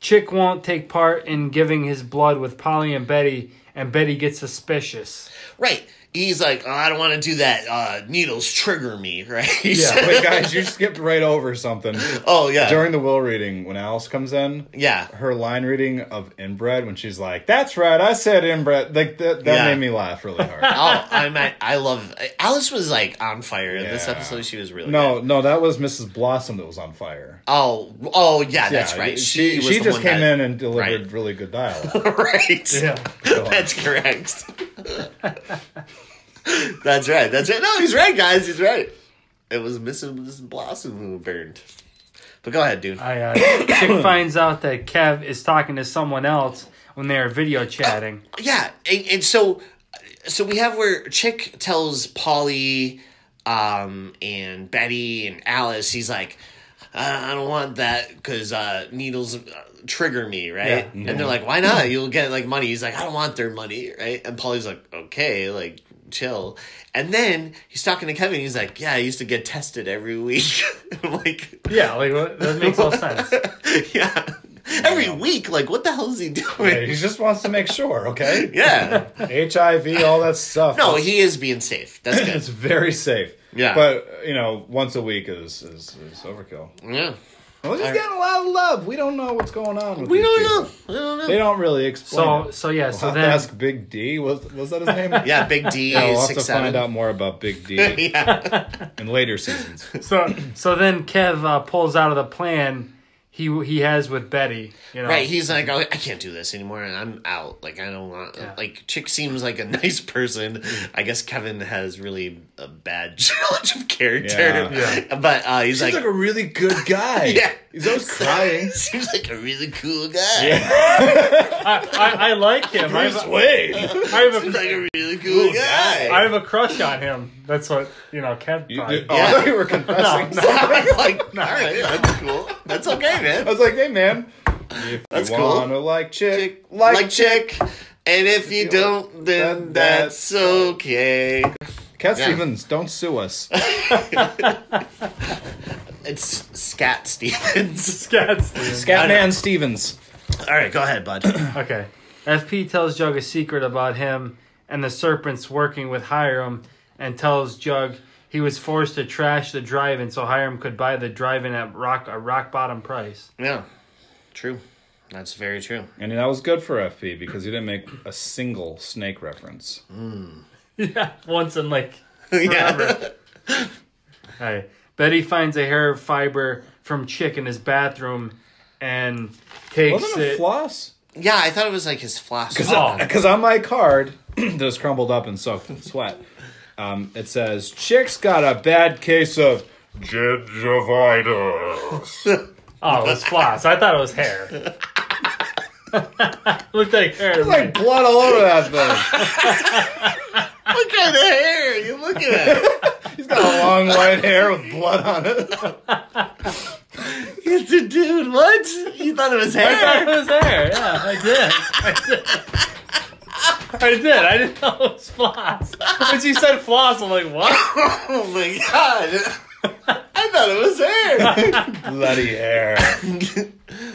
Speaker 1: Chick won't take part in giving his blood with Polly and Betty, and Betty gets suspicious.
Speaker 2: Right. He's like, oh, I don't want to do that. Uh, needles trigger me, right?
Speaker 1: Yeah.
Speaker 3: Wait, guys, you skipped right over something
Speaker 2: oh yeah.
Speaker 3: during the will reading when Alice comes in.
Speaker 2: yeah.
Speaker 3: Her line reading of inbred when she's like, "That's right, I said inbred." Like that, that
Speaker 2: Yeah.
Speaker 3: made me laugh really hard.
Speaker 2: Oh, I mean, I love. Alice was like on fire in this
Speaker 3: Yeah.
Speaker 2: episode. She was really
Speaker 3: No,
Speaker 2: good.
Speaker 3: no, that was Mrs. Blossom that was on fire.
Speaker 2: Oh, oh yeah, that's
Speaker 3: Yeah,
Speaker 2: right. She
Speaker 3: She
Speaker 2: was
Speaker 3: she,
Speaker 2: the
Speaker 3: just
Speaker 2: one
Speaker 3: came
Speaker 2: that-
Speaker 3: in and delivered
Speaker 2: Right.
Speaker 3: really good dialogue.
Speaker 2: right.
Speaker 1: Yeah.
Speaker 2: That's correct. That's right. That's right. No, he's right, guys. He's right. It was Mrs. Blossom who burned. But go ahead, dude.
Speaker 1: I, uh, Chick finds out that Kev is talking to someone else when they are video chatting.
Speaker 2: yeah, and, and so so we have where Chick tells Polly um, and Betty and Alice, he's like, I, I don't want that because uh, needles uh, trigger me, right?
Speaker 1: Yeah.
Speaker 2: And they're like, why not? You'll get like money. He's like, I don't want their money, right? And Polly's like, okay, like chill. And then he's talking to Kevin. He's like, yeah, I used to get tested every week. I'm like,
Speaker 1: Yeah, like what- that makes no sense.
Speaker 2: yeah, every week. Like, what the hell is he
Speaker 3: Yeah,
Speaker 2: doing?
Speaker 3: he just wants to make sure, okay?
Speaker 2: Yeah.
Speaker 3: HIV, all that stuff.
Speaker 2: No,
Speaker 3: It's-
Speaker 2: he is being safe. That's good.
Speaker 3: it's very safe.
Speaker 2: Yeah.
Speaker 3: but you know, once a week is is, is overkill.
Speaker 2: Yeah.
Speaker 3: Well, he's getting a lot of love. We don't know what's going on. With
Speaker 2: We
Speaker 3: these
Speaker 2: don't
Speaker 3: people.
Speaker 2: know. We don't
Speaker 3: They
Speaker 2: know.
Speaker 3: don't really explain.
Speaker 1: So,
Speaker 3: it.
Speaker 1: so yeah,
Speaker 3: We'll
Speaker 1: so
Speaker 3: have
Speaker 1: then,
Speaker 3: to ask Big D. Was was that his name?
Speaker 2: Yeah, Big D
Speaker 3: we'll have
Speaker 2: six
Speaker 3: to find
Speaker 2: seven.
Speaker 3: out more about Big D
Speaker 2: Yeah.
Speaker 3: in later seasons.
Speaker 1: so, so then Kev uh, pulls out of the plan he he has with Betty. You know,
Speaker 2: Right. He's like, oh, I can't do this anymore. and I'm out. Like, I don't want.
Speaker 1: Yeah.
Speaker 2: Like, Chick seems like a nice person. I guess Kevin has really a bad challenge of character.
Speaker 3: Yeah.
Speaker 1: Yeah.
Speaker 2: But uh, he's
Speaker 3: He's
Speaker 2: like,
Speaker 3: like a really good guy.
Speaker 2: Yeah.
Speaker 3: he's always crying.
Speaker 2: seems like a really cool guy.
Speaker 1: I, I, I like him. I have, a-
Speaker 3: Wade.
Speaker 1: I have
Speaker 2: Seems
Speaker 1: a
Speaker 2: like a really cool,
Speaker 3: Cool
Speaker 2: guy.
Speaker 1: I have a crush on him. That's what you know, Kev.
Speaker 3: You,
Speaker 1: thought.
Speaker 3: oh, I thought you were confessing.
Speaker 2: I'm like, all right, that's cool. That's okay, man.
Speaker 3: I was like, hey man, if
Speaker 2: That's
Speaker 3: you
Speaker 2: cool.
Speaker 3: wanna like chick,
Speaker 2: chick,
Speaker 3: like,
Speaker 2: like,
Speaker 3: chick.
Speaker 2: chick. And if you don't, then
Speaker 3: then that's-
Speaker 2: that's okay.
Speaker 3: Cat
Speaker 2: Yeah.
Speaker 3: Stevens, don't sue us.
Speaker 2: It's Scat Stevens.
Speaker 1: Scats.
Speaker 3: Scatman Stevens.
Speaker 2: All right, go ahead, bud.
Speaker 1: Okay. FP tells Jug a secret about him and the serpent's working with Hiram and tells Jug he was forced to trash the drive-in so Hiram could buy the drive-in at rock a rock bottom price.
Speaker 2: Yeah, true. That's very true.
Speaker 3: And that was good for FP because he didn't make a single snake reference.
Speaker 1: Yeah, once in like
Speaker 2: yeah.
Speaker 1: Hey, Betty finds a hair fiber from Chick in his bathroom and takes
Speaker 3: Wasn't
Speaker 1: it.
Speaker 3: it floss?
Speaker 2: yeah, I thought it was like his floss. or
Speaker 1: Oh.
Speaker 2: something.
Speaker 3: Because on my card that was crumbled up and soaked in sweat, um, it says, Chick's got a bad case of gingivitis.
Speaker 1: oh, it was floss. I thought it was hair. Looked like hair. to
Speaker 3: There's like blood all over that thing.
Speaker 2: What kind of hair are you looking at?
Speaker 3: He's got a long white hair with blood on it.
Speaker 2: It's a dude, what? You thought it was
Speaker 1: me. I thought
Speaker 2: hair?
Speaker 1: it was hair. Yeah, I did. I did. I did. I didn't know it was floss. When she said floss, I'm like, what?
Speaker 2: Oh my god. I thought it was hair.
Speaker 3: Bloody hair.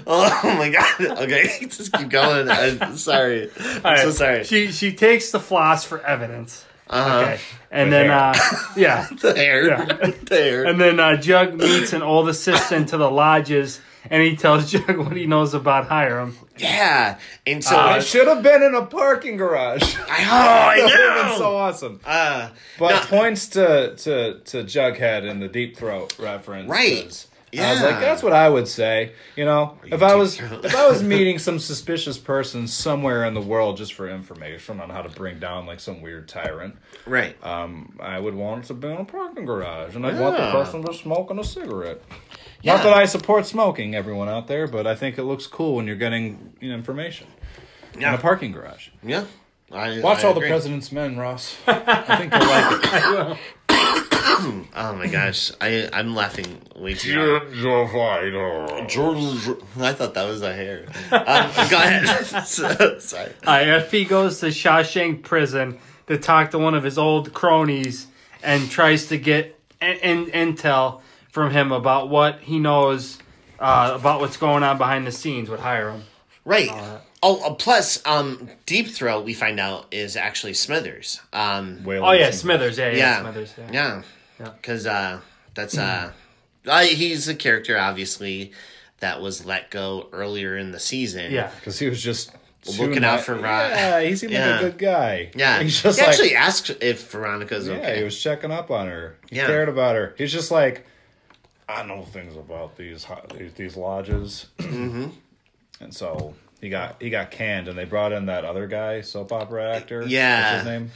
Speaker 2: oh my god. Okay, just keep going. I'm sorry.
Speaker 1: All
Speaker 2: I'm so
Speaker 1: right.
Speaker 2: sorry.
Speaker 1: She she takes the floss for evidence.
Speaker 2: Uh-huh.
Speaker 1: Okay, and
Speaker 3: The
Speaker 1: then
Speaker 3: hair.
Speaker 1: uh, yeah,
Speaker 2: The hair.
Speaker 1: Yeah.
Speaker 2: the hair.
Speaker 1: And then uh, Jug meets an old assistant to the lodges, and he tells Jug what he knows about Hiram.
Speaker 2: yeah. And so
Speaker 3: I should have been in a parking garage.
Speaker 2: I, oh, I
Speaker 3: That would have been
Speaker 2: know.
Speaker 3: so awesome.
Speaker 2: uh,
Speaker 3: But points to, to, to Jughead and the deep throat reference.
Speaker 2: Right.
Speaker 3: 'cause I was
Speaker 2: Yeah.
Speaker 3: like, that's what I would say. You know, if I
Speaker 2: deep
Speaker 3: was
Speaker 2: throat?
Speaker 3: if I was meeting some suspicious person somewhere in the world just for information on how to bring down like some weird tyrant,
Speaker 2: right. Uh,
Speaker 3: um, I would want it to be in a parking garage, and I'd want the
Speaker 2: Yeah.
Speaker 3: person to smoking a cigarette.
Speaker 2: Yeah.
Speaker 3: Not that I support smoking, everyone out there, but I think it looks cool when you're getting you know, information
Speaker 2: yeah.
Speaker 3: in a parking garage.
Speaker 2: yeah. I,
Speaker 3: Watch
Speaker 2: I
Speaker 3: all the
Speaker 2: agree.
Speaker 3: President's Men, Ross. I think you'll like it.
Speaker 2: Oh my gosh. I, I'm laughing way too hard.
Speaker 3: Gingivitis.
Speaker 2: I thought that was a hair. Um, go ahead. So- Sorry.
Speaker 1: Uh, FP goes to Shawshank Prison to talk to one of his old cronies and tries to get in- in- intel from him about what he knows uh, about what's going on behind the scenes with Hiram.
Speaker 2: Right. oh, uh, plus, um, Deep Throat, we find out, is actually Smithers. Um,
Speaker 1: Oh yeah, Smithers. Yeah, yeah,
Speaker 2: yeah.
Speaker 1: Smithers. Yeah.
Speaker 2: Yeah.
Speaker 1: Yeah.
Speaker 2: Because uh, that's. Uh,
Speaker 3: Hmm.
Speaker 2: uh, he's a character, obviously, that was let go earlier in the season.
Speaker 1: Yeah.
Speaker 3: Because he was just too
Speaker 2: Looking out
Speaker 3: ni-
Speaker 2: for Ron.
Speaker 3: Yeah, he seemed
Speaker 2: Yeah.
Speaker 3: like a good guy.
Speaker 2: Yeah.
Speaker 3: he's just
Speaker 2: he
Speaker 3: like,
Speaker 2: actually asked if Veronica's
Speaker 3: yeah,
Speaker 2: okay.
Speaker 3: he was checking up on her. He
Speaker 2: Yeah.
Speaker 3: cared about her. He's just like, I know things about these ho- these, these lodges,
Speaker 2: Mm-hmm.
Speaker 3: and so he got he got canned, and they brought in that other guy, soap opera actor.
Speaker 2: Yeah.
Speaker 3: what's his name?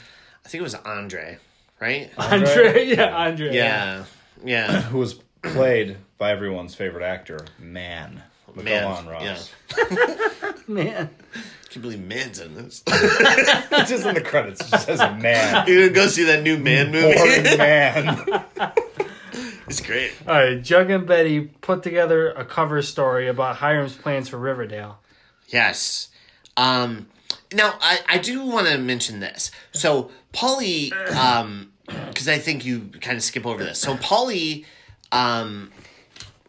Speaker 2: I think it was Andre, right?
Speaker 1: Andre. Yeah, Andre.
Speaker 2: yeah. Yeah.
Speaker 3: Who was played by everyone's favorite actor, Man. But
Speaker 2: Man,
Speaker 3: go on, Ross.
Speaker 2: yeah.
Speaker 1: man.
Speaker 2: I can't believe man's in this.
Speaker 3: it's just in the credits. It just says Man.
Speaker 2: you go see that new man
Speaker 3: Boring
Speaker 2: movie.
Speaker 3: man.
Speaker 2: it's great.
Speaker 1: All right, Jug and Betty put together a cover story about Hiram's plans for Riverdale.
Speaker 2: Yes. Um, now I, I do want to mention this. So Polly, um, because I think you kind of skip over this. So Polly, um,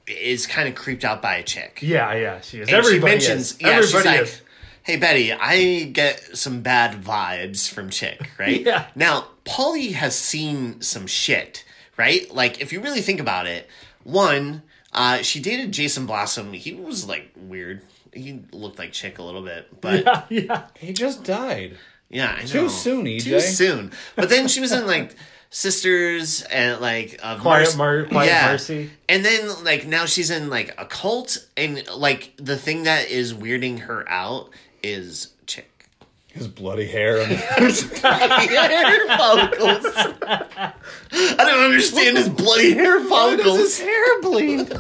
Speaker 2: is kind of creeped out by a chick.
Speaker 1: Yeah, yeah, she is.
Speaker 2: And
Speaker 1: Everybody
Speaker 2: she mentions,
Speaker 1: is.
Speaker 2: yeah, she's
Speaker 1: Everybody
Speaker 2: like,
Speaker 1: is.
Speaker 2: "Hey Betty, I get some bad vibes from Chick, right?
Speaker 1: Yeah.
Speaker 2: Now Polly has seen some shit, right? Like if you really think about it, one, uh, she dated Jason Blossom. He was like weird. He looked like Chick a little bit, but yeah,
Speaker 1: yeah.
Speaker 3: he just died.
Speaker 2: I know.
Speaker 3: Too soon, E EJ.
Speaker 2: Too soon. But then she was in like. Sisters and like uh,
Speaker 1: Quiet
Speaker 2: Merc-
Speaker 1: Mer- Quiet Mercy.
Speaker 2: and then like now she's in like a cult and like the thing that is weirding her out is chick.
Speaker 3: His bloody hair and
Speaker 2: hair follicles. I don't understand his bloody hair follicles.
Speaker 3: hair bleed?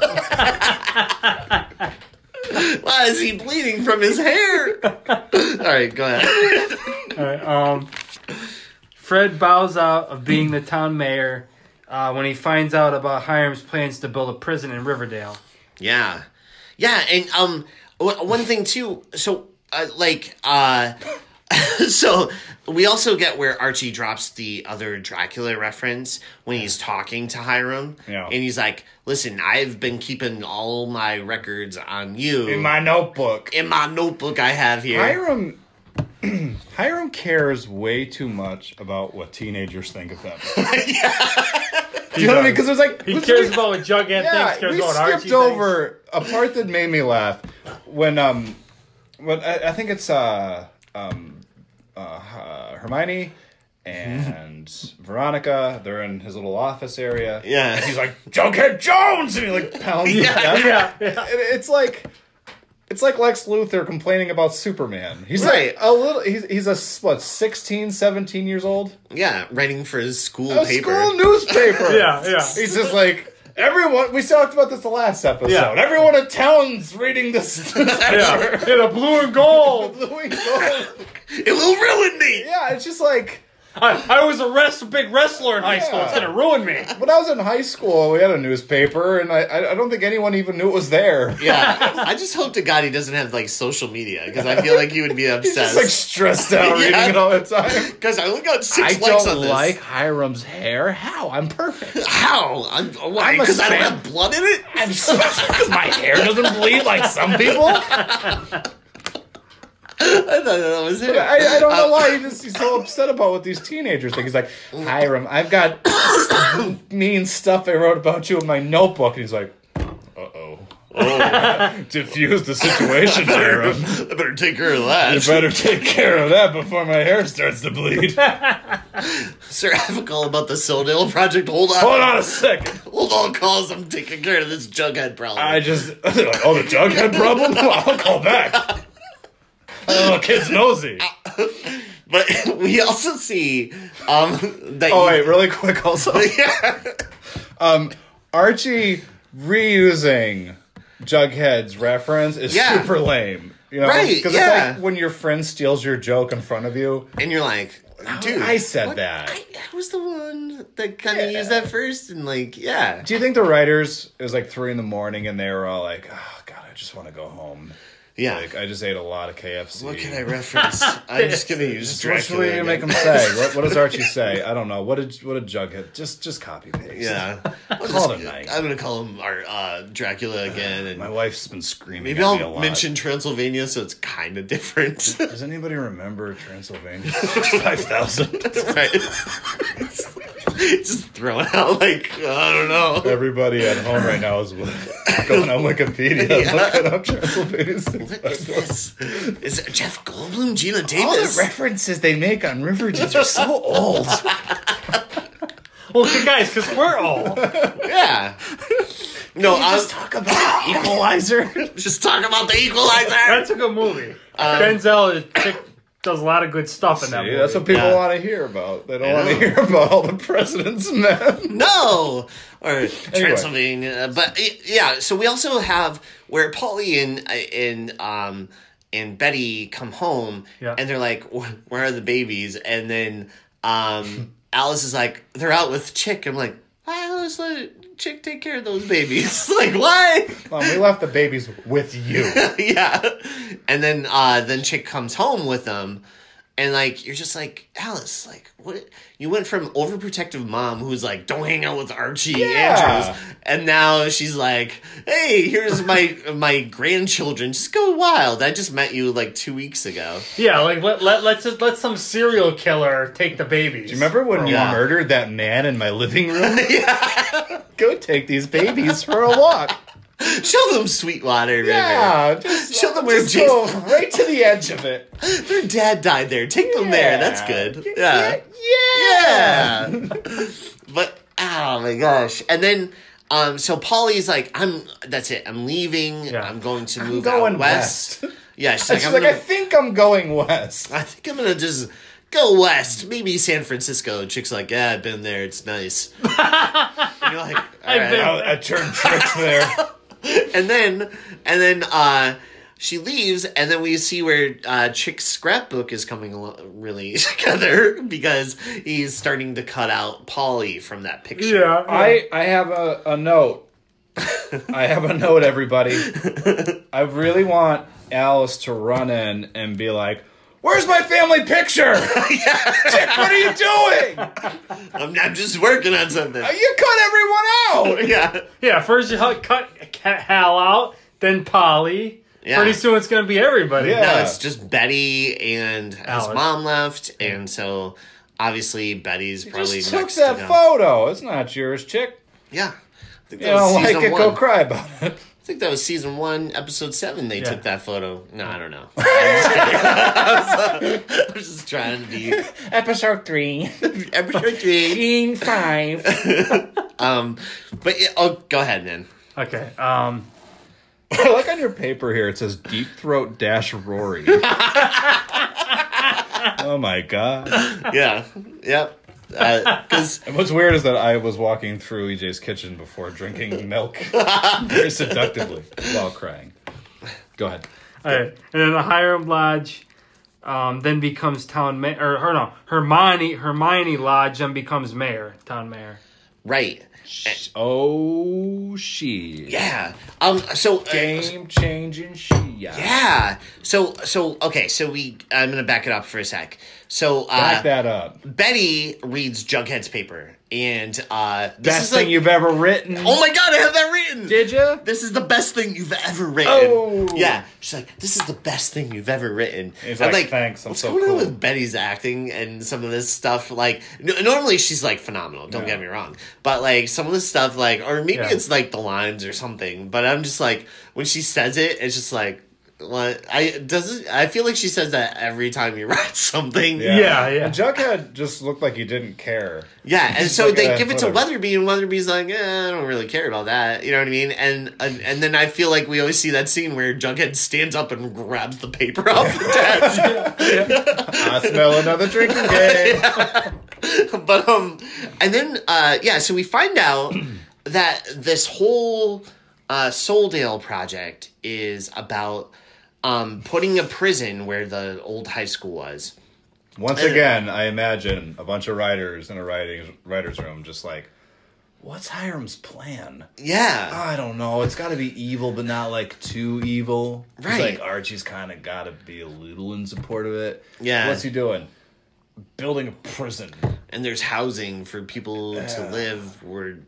Speaker 2: Why is he bleeding from his hair? All right, go ahead.
Speaker 1: Alright, um, Fred bows out of being the town mayor uh, when he finds out about Hiram's plans to build a prison in Riverdale.
Speaker 2: Yeah, yeah, and um, w- one thing too. So uh, like uh. so we also get where Archie drops the other Dracula reference when he's talking to Hiram.
Speaker 3: Yeah.
Speaker 2: And he's like, listen, I've been keeping all my records on you.
Speaker 3: In my notebook.
Speaker 2: in my notebook I have here.
Speaker 3: Hiram Hiram cares way too much about what teenagers think of them. Do you know what I mean? Because there's like
Speaker 1: He
Speaker 3: let's
Speaker 1: cares
Speaker 3: be-
Speaker 1: about what Jughead
Speaker 3: yeah,
Speaker 1: thinks. Cares
Speaker 3: we
Speaker 1: about what Archie
Speaker 3: skipped over a part that made me laugh when um when I, I think it's uh um uh, uh Hermione and Veronica they're in his little office area.
Speaker 2: Yeah.
Speaker 3: and he's like Jughead Jones, and he like pounds. yeah,
Speaker 1: Thinks. Yeah, yeah.
Speaker 3: it's like. It's like Lex Luthor complaining about Superman. He's
Speaker 2: Right.
Speaker 3: like a little he's he's a s- what 16, 17 years old.
Speaker 2: Yeah, writing for his school
Speaker 3: A
Speaker 2: paper.
Speaker 3: school newspaper.
Speaker 1: Yeah, yeah.
Speaker 3: He's just like everyone. We talked about this the last episode.
Speaker 1: Yeah.
Speaker 3: Everyone in town's reading this.
Speaker 1: yeah. In a blue and gold.
Speaker 3: Louis Gold.
Speaker 2: It will ruin me.
Speaker 3: yeah, it's just like
Speaker 1: I, I was a rest, big wrestler in high school. It's
Speaker 3: Yeah.
Speaker 1: gonna ruin me.
Speaker 3: when I was in high school, we had a newspaper, and I- I I don't think anyone even knew it was there.
Speaker 2: Yeah, I just hope to God he doesn't have like social media because I feel like he would be
Speaker 3: He's just like
Speaker 2: obsessed.
Speaker 3: stressed out
Speaker 2: Yeah.
Speaker 3: reading it all the time.
Speaker 2: Because I only got six likes on this.
Speaker 3: Hiram's hair. How? I'm perfect.
Speaker 2: How? I'm, why?
Speaker 3: I'm a
Speaker 2: Because I don't
Speaker 3: spam.
Speaker 2: have blood in it.
Speaker 3: I'm special because my hair doesn't bleed like some people. I,
Speaker 2: I thought that was him.
Speaker 3: I don't know why he just, he's so upset about what these teenagers think. He's like, Hiram, I've got mean stuff I wrote about you in my notebook. And he's like, uh-oh. Oh, diffuse the situation, Hiram.
Speaker 2: I better take care of that.
Speaker 3: You better take care of that before my hair starts to bleed.
Speaker 2: Sir, I have a call about the Soul Project. Hold on.
Speaker 3: Hold on a second.
Speaker 2: Hold on, calls. I'm taking care of this jughead problem.
Speaker 3: I just, they're like, oh, the jughead problem? I'll call back. Oh, kid's nosy.
Speaker 2: but we also see um, that.
Speaker 3: Oh
Speaker 2: you-
Speaker 3: wait, really quick also. Um Archie reusing Jughead's reference is
Speaker 2: Yeah.
Speaker 3: super lame. You know?
Speaker 2: Right,
Speaker 3: Because
Speaker 2: yeah.
Speaker 3: it's like when your friend steals your joke in front of you.
Speaker 2: and you're like, dude.
Speaker 3: Oh, I said
Speaker 2: what-
Speaker 3: that.
Speaker 2: I, I was the one that kind of
Speaker 3: Yeah.
Speaker 2: used that first, and like, yeah.
Speaker 3: Do you think the writers it was like three in the morning and they were all like, Oh god, I just want to go home.
Speaker 2: Yeah.
Speaker 3: Like I just ate a lot of KFC.
Speaker 2: what can I reference? I'm just going to use
Speaker 3: what should
Speaker 2: Dracula.
Speaker 3: we make
Speaker 2: again.
Speaker 3: him say? What, what does Archie say? I don't know. What did what did Jughead? Just just copy paste.
Speaker 2: Yeah. We'll
Speaker 3: Call
Speaker 2: just-
Speaker 3: it a night.
Speaker 2: I'm going to call him our uh, Dracula again. And
Speaker 3: My wife's been screaming.
Speaker 2: maybe
Speaker 3: at me a
Speaker 2: I'll
Speaker 3: lot.
Speaker 2: mention Transylvania so it's kind of different.
Speaker 3: Does anybody remember Transylvania? Five thousand.
Speaker 2: right? just throwing out, like, I don't know.
Speaker 3: Everybody at home right now is going on Wikipedia
Speaker 2: Yeah.
Speaker 3: looking up Transylvania. Six
Speaker 2: What is
Speaker 3: Five.
Speaker 2: this? Is it Jeff Goldblum, Gina
Speaker 3: All the
Speaker 2: Davis?
Speaker 3: references they make on Riverdale are so old.
Speaker 1: Well, good guys, because we're old.
Speaker 2: yeah. No, I was
Speaker 3: Let's talk about Equalizer.
Speaker 2: just talking about the equalizer.
Speaker 1: That's a good movie. Um, Denzel is, chick- does a lot of good stuff in that movie.
Speaker 3: That's what people
Speaker 2: Yeah.
Speaker 3: want to hear about. They don't
Speaker 2: I
Speaker 3: want to
Speaker 2: know.
Speaker 3: hear about all the president's men.
Speaker 2: No, or Transylvania, uh, but y- yeah. So we also have where Polly and and um and Betty come home,
Speaker 1: Yeah.
Speaker 2: and they're like, "Wh- "Where are the babies?" And then um Alice is like, "They're out with Chick." I'm like, "I always let Chick take care of those babies." like what?
Speaker 3: Mom, we left the babies with you.
Speaker 2: yeah. And then uh then Chick comes home with them and like you're just like Alice, like what you went from overprotective mom who's like, Don't hang out with Archie
Speaker 3: Yeah.
Speaker 2: Andrews and now she's like, Hey, here's my my grandchildren. Just go wild. I just met you like two weeks ago.
Speaker 1: Yeah, like let let let's just, let some serial killer take the babies.
Speaker 3: Do you remember when you
Speaker 2: Yeah.
Speaker 3: murdered that man in my living room? Go take these babies for a walk.
Speaker 2: Show them Sweetwater River.
Speaker 3: Yeah, just,
Speaker 2: Show them where
Speaker 3: just
Speaker 2: Jason-
Speaker 3: go right to the edge of it.
Speaker 2: Their dad died there. Take them there. That's good. Yeah.
Speaker 3: Yeah.
Speaker 2: Yeah. but oh my gosh. And then um so Polly's like, I'm that's it, I'm leaving.
Speaker 1: Yeah.
Speaker 2: I'm going to move
Speaker 3: going
Speaker 2: out west.
Speaker 3: west.
Speaker 2: Yeah, she's like,
Speaker 3: She's
Speaker 2: I'm
Speaker 3: like, I
Speaker 2: gonna,
Speaker 3: think I'm going west.
Speaker 2: I, think I'm gonna just go west, maybe San Francisco. And chick's like, Yeah, I've been there, it's nice. and you're like, "All right."
Speaker 1: been-
Speaker 3: I, I turned tricks there.
Speaker 2: and then and then uh she leaves, and then we see where uh, Chick's scrapbook is coming al- really together because he's starting to cut out Polly from that picture.
Speaker 1: Yeah,
Speaker 3: I, I have a, a note. I have a note, everybody. I really want Alice to run in and be like, Where's my family picture? Chick, what are you doing?
Speaker 2: I'm, I'm just working on something.
Speaker 3: You cut everyone out.
Speaker 2: Yeah.
Speaker 1: yeah. First you hu- cut Ca- Hal out, then Polly,
Speaker 2: Yeah.
Speaker 1: Pretty soon it's gonna be everybody.
Speaker 3: Yeah. Oh,
Speaker 2: No, it's just Betty and
Speaker 1: Alice.
Speaker 2: his mom left, and so obviously Betty's probably
Speaker 3: Just took
Speaker 2: next
Speaker 3: that
Speaker 2: to go.
Speaker 3: photo. It's not yours, chick.
Speaker 2: Yeah, I think
Speaker 3: You
Speaker 2: that was
Speaker 3: don't like
Speaker 2: season
Speaker 3: it?
Speaker 2: one.
Speaker 3: Go cry about it.
Speaker 2: I think that was season one, episode seven. They
Speaker 1: Yeah.
Speaker 2: took that photo. No, I don't know. I'm just kidding. I'm just trying to be.
Speaker 3: Episode three,
Speaker 2: Episode three.
Speaker 3: scene five.
Speaker 2: Um, but yeah, oh, go ahead, man.
Speaker 1: Okay. Um.
Speaker 3: I like on your paper here it says deep throat dash Rory. oh my god!
Speaker 2: Yeah, yep. Uh, Because
Speaker 3: And what's weird is that I was walking through EJ's kitchen before drinking milk very seductively while crying. Go ahead.
Speaker 1: All right. And then the Hiram Lodge, um, then becomes town mayor. Or, or no, Hermione Hermione Lodge then becomes mayor, town mayor.
Speaker 2: right,
Speaker 3: Sh- Oh, she
Speaker 2: yeah. Um, so uh,
Speaker 3: game changing she.
Speaker 2: yeah. So so okay. So we. I'm gonna back it up for a sec. So
Speaker 3: Back
Speaker 2: uh,
Speaker 3: that up.
Speaker 2: Betty reads Jughead's paper, and uh, this
Speaker 3: Best
Speaker 2: is
Speaker 3: thing
Speaker 2: like,
Speaker 3: you've ever written.
Speaker 2: Oh my god, I have that written.
Speaker 3: Did you?
Speaker 2: this is the best thing you've ever written.
Speaker 3: Oh.
Speaker 2: Yeah. She's like, this is the best thing you've ever written.
Speaker 3: He's
Speaker 2: I'm
Speaker 3: like, "Thanks, I'm
Speaker 2: what's
Speaker 3: so
Speaker 2: going
Speaker 3: cool."
Speaker 2: on with Betty's acting and some of this stuff? Like, n- normally she's like phenomenal. Don't
Speaker 3: Yeah.
Speaker 2: get me wrong. But like some of this stuff, like, or maybe
Speaker 1: Yeah.
Speaker 2: it's like the lines or something. But I'm just like, when she says it, it's just like, what I doesn't I feel like she says that every time you write something.
Speaker 1: Yeah, yeah.
Speaker 3: And Jughead just looked like he didn't care.
Speaker 2: Yeah, and
Speaker 3: Just
Speaker 2: so
Speaker 3: like,
Speaker 2: they
Speaker 3: uh,
Speaker 2: give it to
Speaker 3: whatever.
Speaker 2: Weatherby, and Weatherby's like, eh, I don't really care about that. You know what I mean? And and and then I feel like we always see that scene where Jughead stands up and grabs the paper off the desk.
Speaker 3: I smell another drinking game.
Speaker 2: but um, and then uh, yeah, so we find out that this whole uh, Soldale project is about um putting a prison where the old high school was.
Speaker 3: Once again, I imagine a bunch of writers in a writing writers room just like, what's Hiram's plan?
Speaker 2: Yeah,
Speaker 3: I don't know. It's got to be evil, but not like too evil. It's
Speaker 2: Right.
Speaker 3: like Archie's kind of got to be a little in support of it.
Speaker 2: Yeah.
Speaker 3: What's he doing? Building a prison.
Speaker 2: and there's housing for people to live or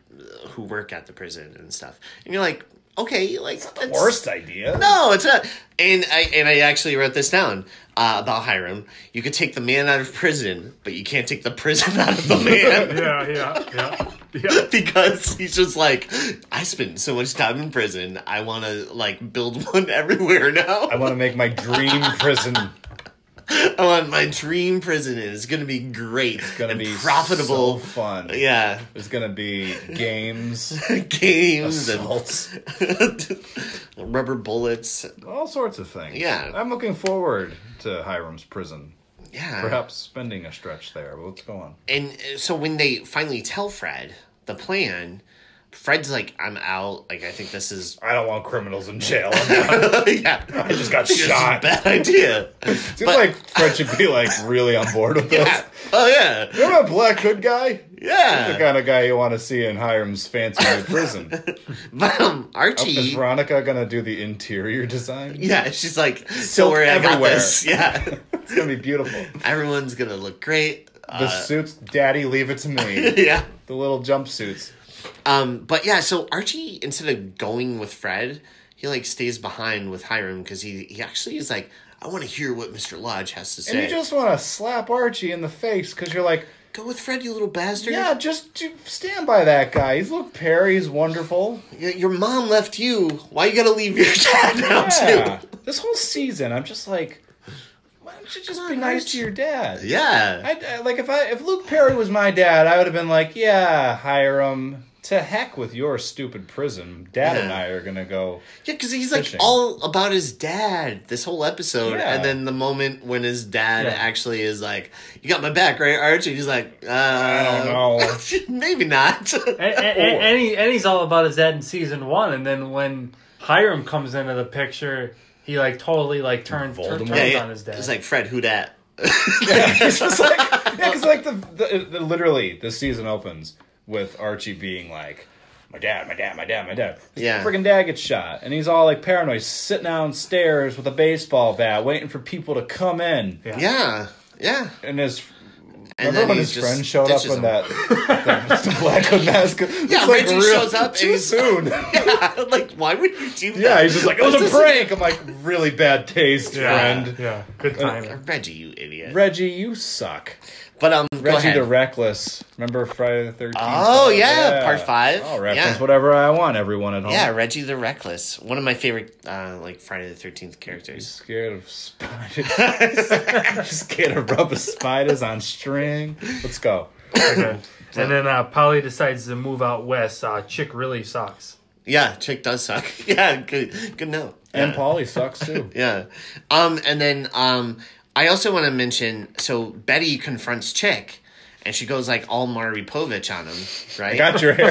Speaker 2: who work at the prison and stuff. And you're like, okay, like that's,
Speaker 3: Worst idea.
Speaker 2: No, it's not. And I and I actually wrote this down uh, about Hiram. You could take the man out of prison, but you can't take the prison out of the man.
Speaker 1: Yeah, yeah, yeah, yeah.
Speaker 2: Because he's just like, I spend so much time in prison. I want to like build one everywhere now.
Speaker 3: I want to make my dream prison.
Speaker 2: I want my dream prison. and It's gonna be great. It's
Speaker 3: Gonna
Speaker 2: and
Speaker 3: be
Speaker 2: profitable.
Speaker 3: so fun.
Speaker 2: Yeah,
Speaker 3: There's gonna be games,
Speaker 2: games and
Speaker 3: assaults,
Speaker 2: rubber bullets.
Speaker 3: all sorts of things.
Speaker 2: Yeah.
Speaker 3: I'm looking forward to Hiram's prison.
Speaker 2: Yeah.
Speaker 3: Perhaps spending a stretch there, but let's go on.
Speaker 2: And uh, so when they finally tell Fred the plan, Fred's like, I'm out. Like, I think this is,
Speaker 3: I don't want criminals in jail.
Speaker 2: yeah,
Speaker 3: I just got
Speaker 2: this is a bad idea.
Speaker 3: Seems like Fred should be like really on board with this.
Speaker 2: Yeah. Oh, yeah.
Speaker 3: Remember that black hood guy? The
Speaker 2: Yeah.
Speaker 3: kind of guy you want to see in Hiram's fancy new prison.
Speaker 2: But um,
Speaker 3: Is
Speaker 2: Archie,
Speaker 3: Veronica gonna do the interior design?
Speaker 2: yeah, she's like, don't
Speaker 3: Silk
Speaker 2: worry, I got
Speaker 3: everywhere.
Speaker 2: this. Yeah.
Speaker 3: It's gonna be beautiful.
Speaker 2: Everyone's going to look great.
Speaker 3: The
Speaker 2: Uh,
Speaker 3: suits, daddy, leave it to me.
Speaker 2: yeah.
Speaker 3: The little jumpsuits.
Speaker 2: Um, but yeah, so Archie, instead of going with Fred, he like stays behind with Hiram because he, he actually is like, I want to hear what Mr. Lodge has to say.
Speaker 3: And you just want to slap Archie in the face because you're like,
Speaker 2: Go with Fred, you little bastard.
Speaker 3: yeah, just do- stand by that guy. He's look Perry. He's wonderful.
Speaker 2: Y- Your mom left you. Why you gotta leave your dad now
Speaker 3: Yeah.
Speaker 2: too?
Speaker 3: This whole season, I'm just like, why don't you just
Speaker 2: Come
Speaker 3: be
Speaker 2: on,
Speaker 3: nice
Speaker 2: Archie.
Speaker 3: to your dad?
Speaker 2: Yeah.
Speaker 3: I, I- uh, like if I if Luke Perry was my dad, I would have been like, yeah, Hiram, to heck with your stupid prison. Dad and
Speaker 2: Yeah.
Speaker 3: I are gonna go.
Speaker 2: Yeah, because he's like
Speaker 3: Fishing.
Speaker 2: all about his dad this whole episode,
Speaker 3: Yeah.
Speaker 2: and then the moment when his dad
Speaker 1: Yeah.
Speaker 2: actually is like, "You got my back, right, Archie?" He's like, uh,
Speaker 3: I don't know.
Speaker 2: maybe not."
Speaker 1: And, and, and, and he, and he's all about his dad in season one, and then when Hiram comes into the picture, he like totally like turns tur-
Speaker 3: Voldemort.
Speaker 1: turns
Speaker 2: yeah,
Speaker 1: on
Speaker 2: yeah.
Speaker 1: his dad.
Speaker 2: It's like Fred, who dat?
Speaker 3: it's just like yeah, because like the, the, the literally the season opens with Archie being like, my dad, my dad, my dad, my dad. His
Speaker 2: Yeah.
Speaker 3: Freaking dad gets shot, and he's all like paranoid, sitting downstairs with a baseball bat, waiting for people to come in,
Speaker 1: Yeah.
Speaker 2: Yeah, yeah,
Speaker 3: and his
Speaker 2: And
Speaker 3: Remember when
Speaker 2: he
Speaker 3: his
Speaker 2: just
Speaker 3: friend showed up
Speaker 2: ditches
Speaker 3: in
Speaker 2: him.
Speaker 3: that the, the black hood mask? It's
Speaker 2: Yeah, Reggie shows up and
Speaker 3: too
Speaker 2: he's-
Speaker 3: soon.
Speaker 2: Yeah, like why would you do that?
Speaker 3: yeah, he's just like, "Oh, it was
Speaker 2: This
Speaker 3: a
Speaker 2: is-
Speaker 3: prank. I'm like, really bad taste, friend.
Speaker 1: Yeah, good timing.
Speaker 2: Reggie, you idiot.
Speaker 3: Reggie, you suck.
Speaker 2: But um, go
Speaker 3: Reggie
Speaker 2: ahead.
Speaker 3: the Reckless. Remember Friday the Thirteenth?
Speaker 2: Oh, yeah, part five.
Speaker 3: I'll reference
Speaker 2: Yeah.
Speaker 3: whatever I want. Everyone at home.
Speaker 2: yeah, Reggie the Reckless, one of my favorite uh, like Friday the Thirteenth characters.
Speaker 3: Scared of spiders. Scared of rubber spiders on string. Let's go.
Speaker 1: Okay. And then uh, Polly decides to move out west. Uh, Chick really sucks.
Speaker 2: Yeah, Chick does suck. Yeah, good, good note.
Speaker 3: And Polly sucks too.
Speaker 2: Yeah. Um, and then um, I also want to mention so Betty confronts Chick, and she goes like all Mari Povich on him, right?
Speaker 3: Got your hair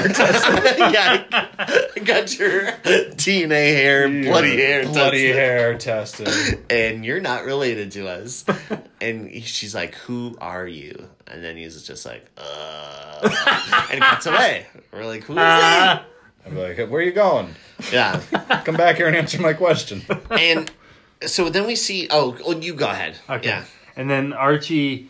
Speaker 3: tested.
Speaker 2: yeah, I got your DNA hair, bloody hair,
Speaker 3: Bloody
Speaker 2: that's-
Speaker 3: hair tested.
Speaker 2: and you're not related to us. and he- she's like, "Who are you?" And then he's just like, "Uh," and cuts away. We're like, "Who is
Speaker 1: Uh,
Speaker 2: that?"
Speaker 3: I'm like, where you going?
Speaker 2: Yeah,
Speaker 3: Come back here and answer my question.
Speaker 2: and so then we see. Oh, oh, you go ahead.
Speaker 1: okay.
Speaker 2: Yeah.
Speaker 1: And then Archie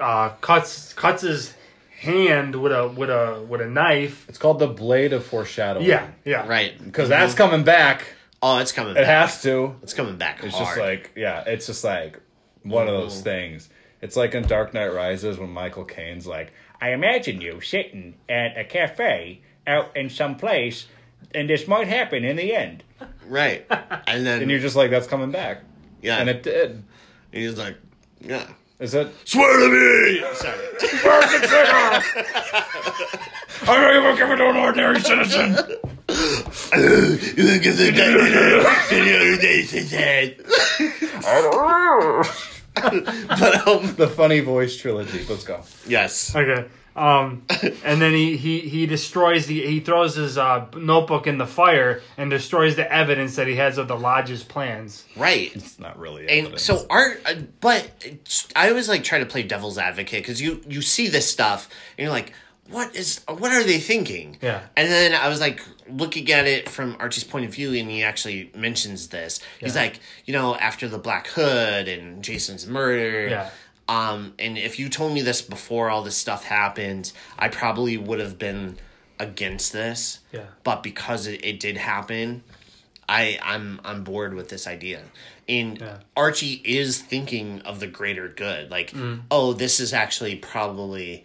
Speaker 1: uh, cuts cuts his hand with a with a with a knife.
Speaker 3: It's called the blade of foreshadowing.
Speaker 1: Yeah, yeah.
Speaker 2: Right.
Speaker 3: Because that's coming back.
Speaker 2: Oh, it's coming.
Speaker 3: It
Speaker 2: Back.
Speaker 3: has to.
Speaker 2: It's coming back
Speaker 3: It's
Speaker 2: hard.
Speaker 3: just like yeah, it's just like one of those things. It's like in Dark Knight Rises when Michael Caine's like, I imagine you sitting at a cafe out in some place, and this might happen in the end.
Speaker 2: right. And then
Speaker 3: And you're just like, that's coming back,
Speaker 2: yeah,
Speaker 3: and it did.
Speaker 2: he's like, yeah.
Speaker 3: Is it?
Speaker 2: Swear to me. Sorry.
Speaker 3: I know you won't give it to an ordinary citizen.
Speaker 2: You give the guy the other day But um,
Speaker 3: the funny voice trilogy. Let's go.
Speaker 2: yes.
Speaker 1: Okay. Um, and then he, he, he destroys the he throws his uh, notebook in the fire and destroys the evidence that he has of the lodge's plans.
Speaker 2: Right.
Speaker 3: It's not really.
Speaker 2: And
Speaker 3: evidence.
Speaker 2: so art, uh, but it's- I always like try to play devil's advocate because you you see this stuff and you're like, what is what are they thinking?
Speaker 1: Yeah.
Speaker 2: And then I was like looking at it from Archie's point of view, and he actually mentions this. He's like, you know, after the Black Hood and Jason's murder.
Speaker 1: Yeah.
Speaker 2: Um, and if you told me this before all this stuff happened, I probably would have been against this.
Speaker 1: Yeah.
Speaker 2: But because it, it did happen, I I'm on board with this idea. And Archie is thinking of the greater good. Like,
Speaker 3: Mm.
Speaker 2: oh, this is actually probably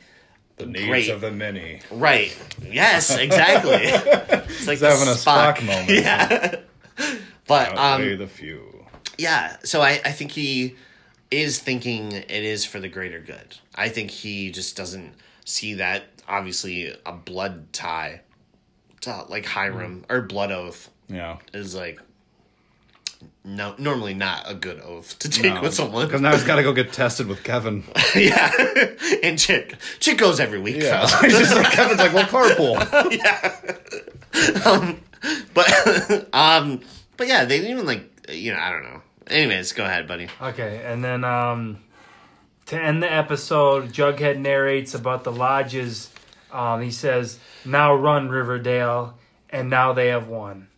Speaker 3: the needs
Speaker 2: great.
Speaker 3: of the mini.
Speaker 2: right. Yes, exactly. it's like
Speaker 3: He's having a
Speaker 2: Spock.
Speaker 3: Spock moment.
Speaker 2: But
Speaker 3: Outweigh
Speaker 2: um,
Speaker 3: the few.
Speaker 2: yeah. So I I think he is thinking it is for the greater good. I think he just doesn't see that obviously a blood tie, to, like Hiram
Speaker 3: Mm.
Speaker 2: or blood oath.
Speaker 3: Yeah.
Speaker 2: is like no normally not a good oath to take with
Speaker 3: Because
Speaker 2: someone.
Speaker 3: now he's got to go get tested with Kevin.
Speaker 2: yeah. and Chick Chick goes every week.
Speaker 3: Yeah. he's just like, Kevin's like, well, carpool.
Speaker 2: But um but yeah, they even like you know, I don't know. Anyways, go ahead, buddy.
Speaker 1: Okay, and then um, to end the episode, Jughead narrates about the lodges. Um, he says, "Now run, Riverdale," and now they have won.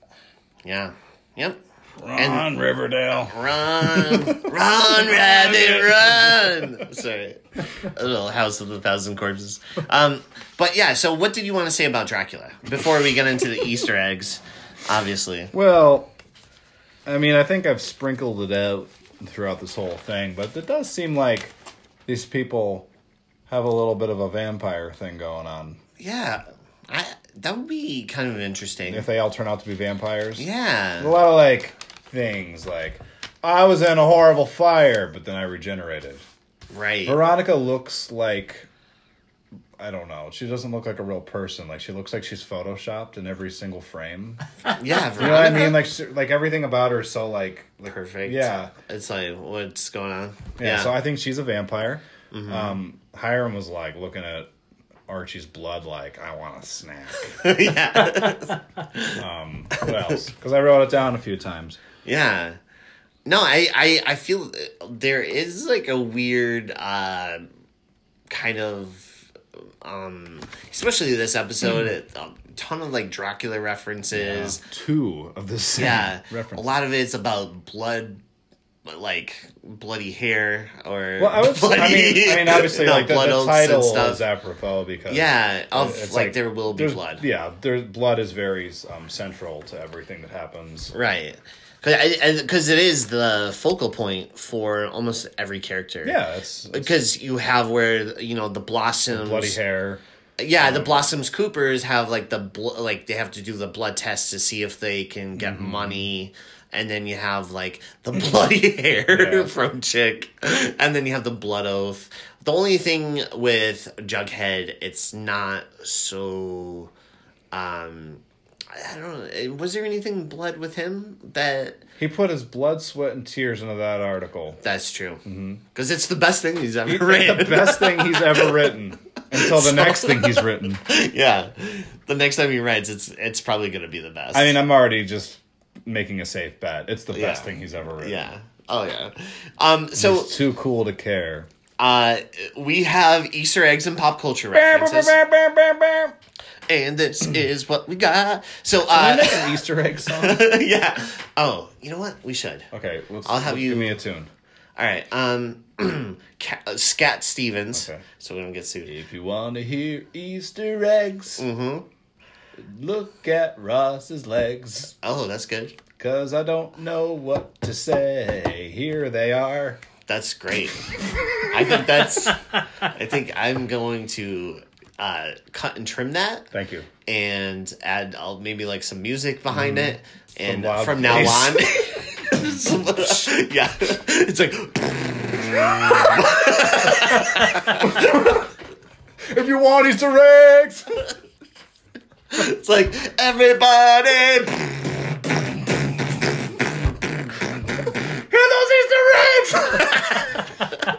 Speaker 2: Yeah. Yep.
Speaker 3: Ron Riverdale.
Speaker 2: Run, run, rabbit, run! Sorry, a little House of the Thousand Corpses. Um, but yeah. So, what did you want to say about Dracula before we get into the Easter eggs? Obviously,
Speaker 3: Well, I mean, I think I've sprinkled it out throughout this whole thing, but it does seem like these people have a little bit of a vampire thing going on.
Speaker 2: yeah. I that would be kind of interesting.
Speaker 3: If they all turn out to be vampires, a
Speaker 2: Yeah.
Speaker 3: lot of like things like I was in a horrible fire, but then I regenerated.
Speaker 2: Right.
Speaker 3: Veronica looks like I don't know. She doesn't look like a real person. Like she looks like she's photoshopped in every single frame.
Speaker 2: Yeah.
Speaker 3: You know what I
Speaker 2: Veronica.
Speaker 3: mean? Like she, like everything about her is so like like
Speaker 2: Perfect.
Speaker 3: Yeah.
Speaker 2: It's like what's going on?
Speaker 3: Yeah, so I think she's a vampire.
Speaker 2: Mm-hmm.
Speaker 3: Um, Hiram was like looking at Archie's blood, like I want a snack.
Speaker 2: yeah.
Speaker 3: what else? Because I wrote it down a few times.
Speaker 2: Yeah. No, I, I I feel there is like a weird uh kind of um especially this
Speaker 3: Mm.
Speaker 2: episode a ton of like Dracula references.
Speaker 3: Two of the same
Speaker 2: Yeah.
Speaker 3: reference.
Speaker 2: A lot of it's about blood like bloody hair or
Speaker 3: Well, I would.
Speaker 2: bloody,
Speaker 3: I mean, I mean, obviously,
Speaker 2: you know,
Speaker 3: like the,
Speaker 2: blood
Speaker 3: the
Speaker 2: oaths
Speaker 3: title
Speaker 2: and stuff.
Speaker 3: is apropos because
Speaker 2: yeah, of like,
Speaker 3: it's
Speaker 2: there will be
Speaker 3: there's-
Speaker 2: blood,
Speaker 3: Yeah, there's blood is very um, central to everything that happens.
Speaker 2: right? Because it is the focal point for almost every character.
Speaker 3: Yeah, it's, it's
Speaker 2: because you have where you know the blossoms
Speaker 3: bloody hair. Mm-hmm.
Speaker 2: yeah the blossoms coopers have like the bl- like they have to do the blood test to see if they can get
Speaker 3: Mm-hmm.
Speaker 2: money and then you have like the bloody hair
Speaker 3: Yeah.
Speaker 2: from chick and then you have the blood oath the only thing with jughead it's not so um i don't know eh, was there anything blood with him that
Speaker 3: He put his blood, sweat, and tears into that article.
Speaker 2: that's true because it's the best thing he's ever written
Speaker 3: Mm-hmm. the best thing he's ever written until the next thing he's written.
Speaker 2: yeah. The next time he writes, it's it's probably gonna be the best.
Speaker 3: I mean, uh, I'm already just making a safe bet. It's the best
Speaker 2: Yeah.
Speaker 3: thing he's ever written.
Speaker 2: yeah. Oh yeah. Um. So
Speaker 3: It's too cool to care.
Speaker 2: uh, we have Easter eggs and pop culture references, and this is what we got. So
Speaker 3: I
Speaker 2: uh,
Speaker 3: make an Easter egg song.
Speaker 2: yeah. Oh, you know what? We should.
Speaker 3: Okay, let's,
Speaker 2: I'll have
Speaker 3: let's
Speaker 2: you-
Speaker 3: give me a tune.
Speaker 2: All right. Um. Ca- uh, Scat Stevens.
Speaker 3: Okay.
Speaker 2: So we don't get sued.
Speaker 3: If you want to hear Easter eggs,
Speaker 2: Mm-hmm.
Speaker 3: look at Ross's legs.
Speaker 2: Oh, that's good.
Speaker 3: Cause I don't know what to say. Here they are.
Speaker 2: That's great. I think that's. I think I'm going to uh, cut and trim that.
Speaker 3: Thank you.
Speaker 2: and add I'll maybe like some music behind
Speaker 3: Mm-hmm.
Speaker 2: it and
Speaker 3: Some loud
Speaker 2: from now
Speaker 3: bass.
Speaker 2: on some- yeah it's like
Speaker 3: If you want Easter eggs,
Speaker 2: it's like everybody
Speaker 3: hear those Easter eggs.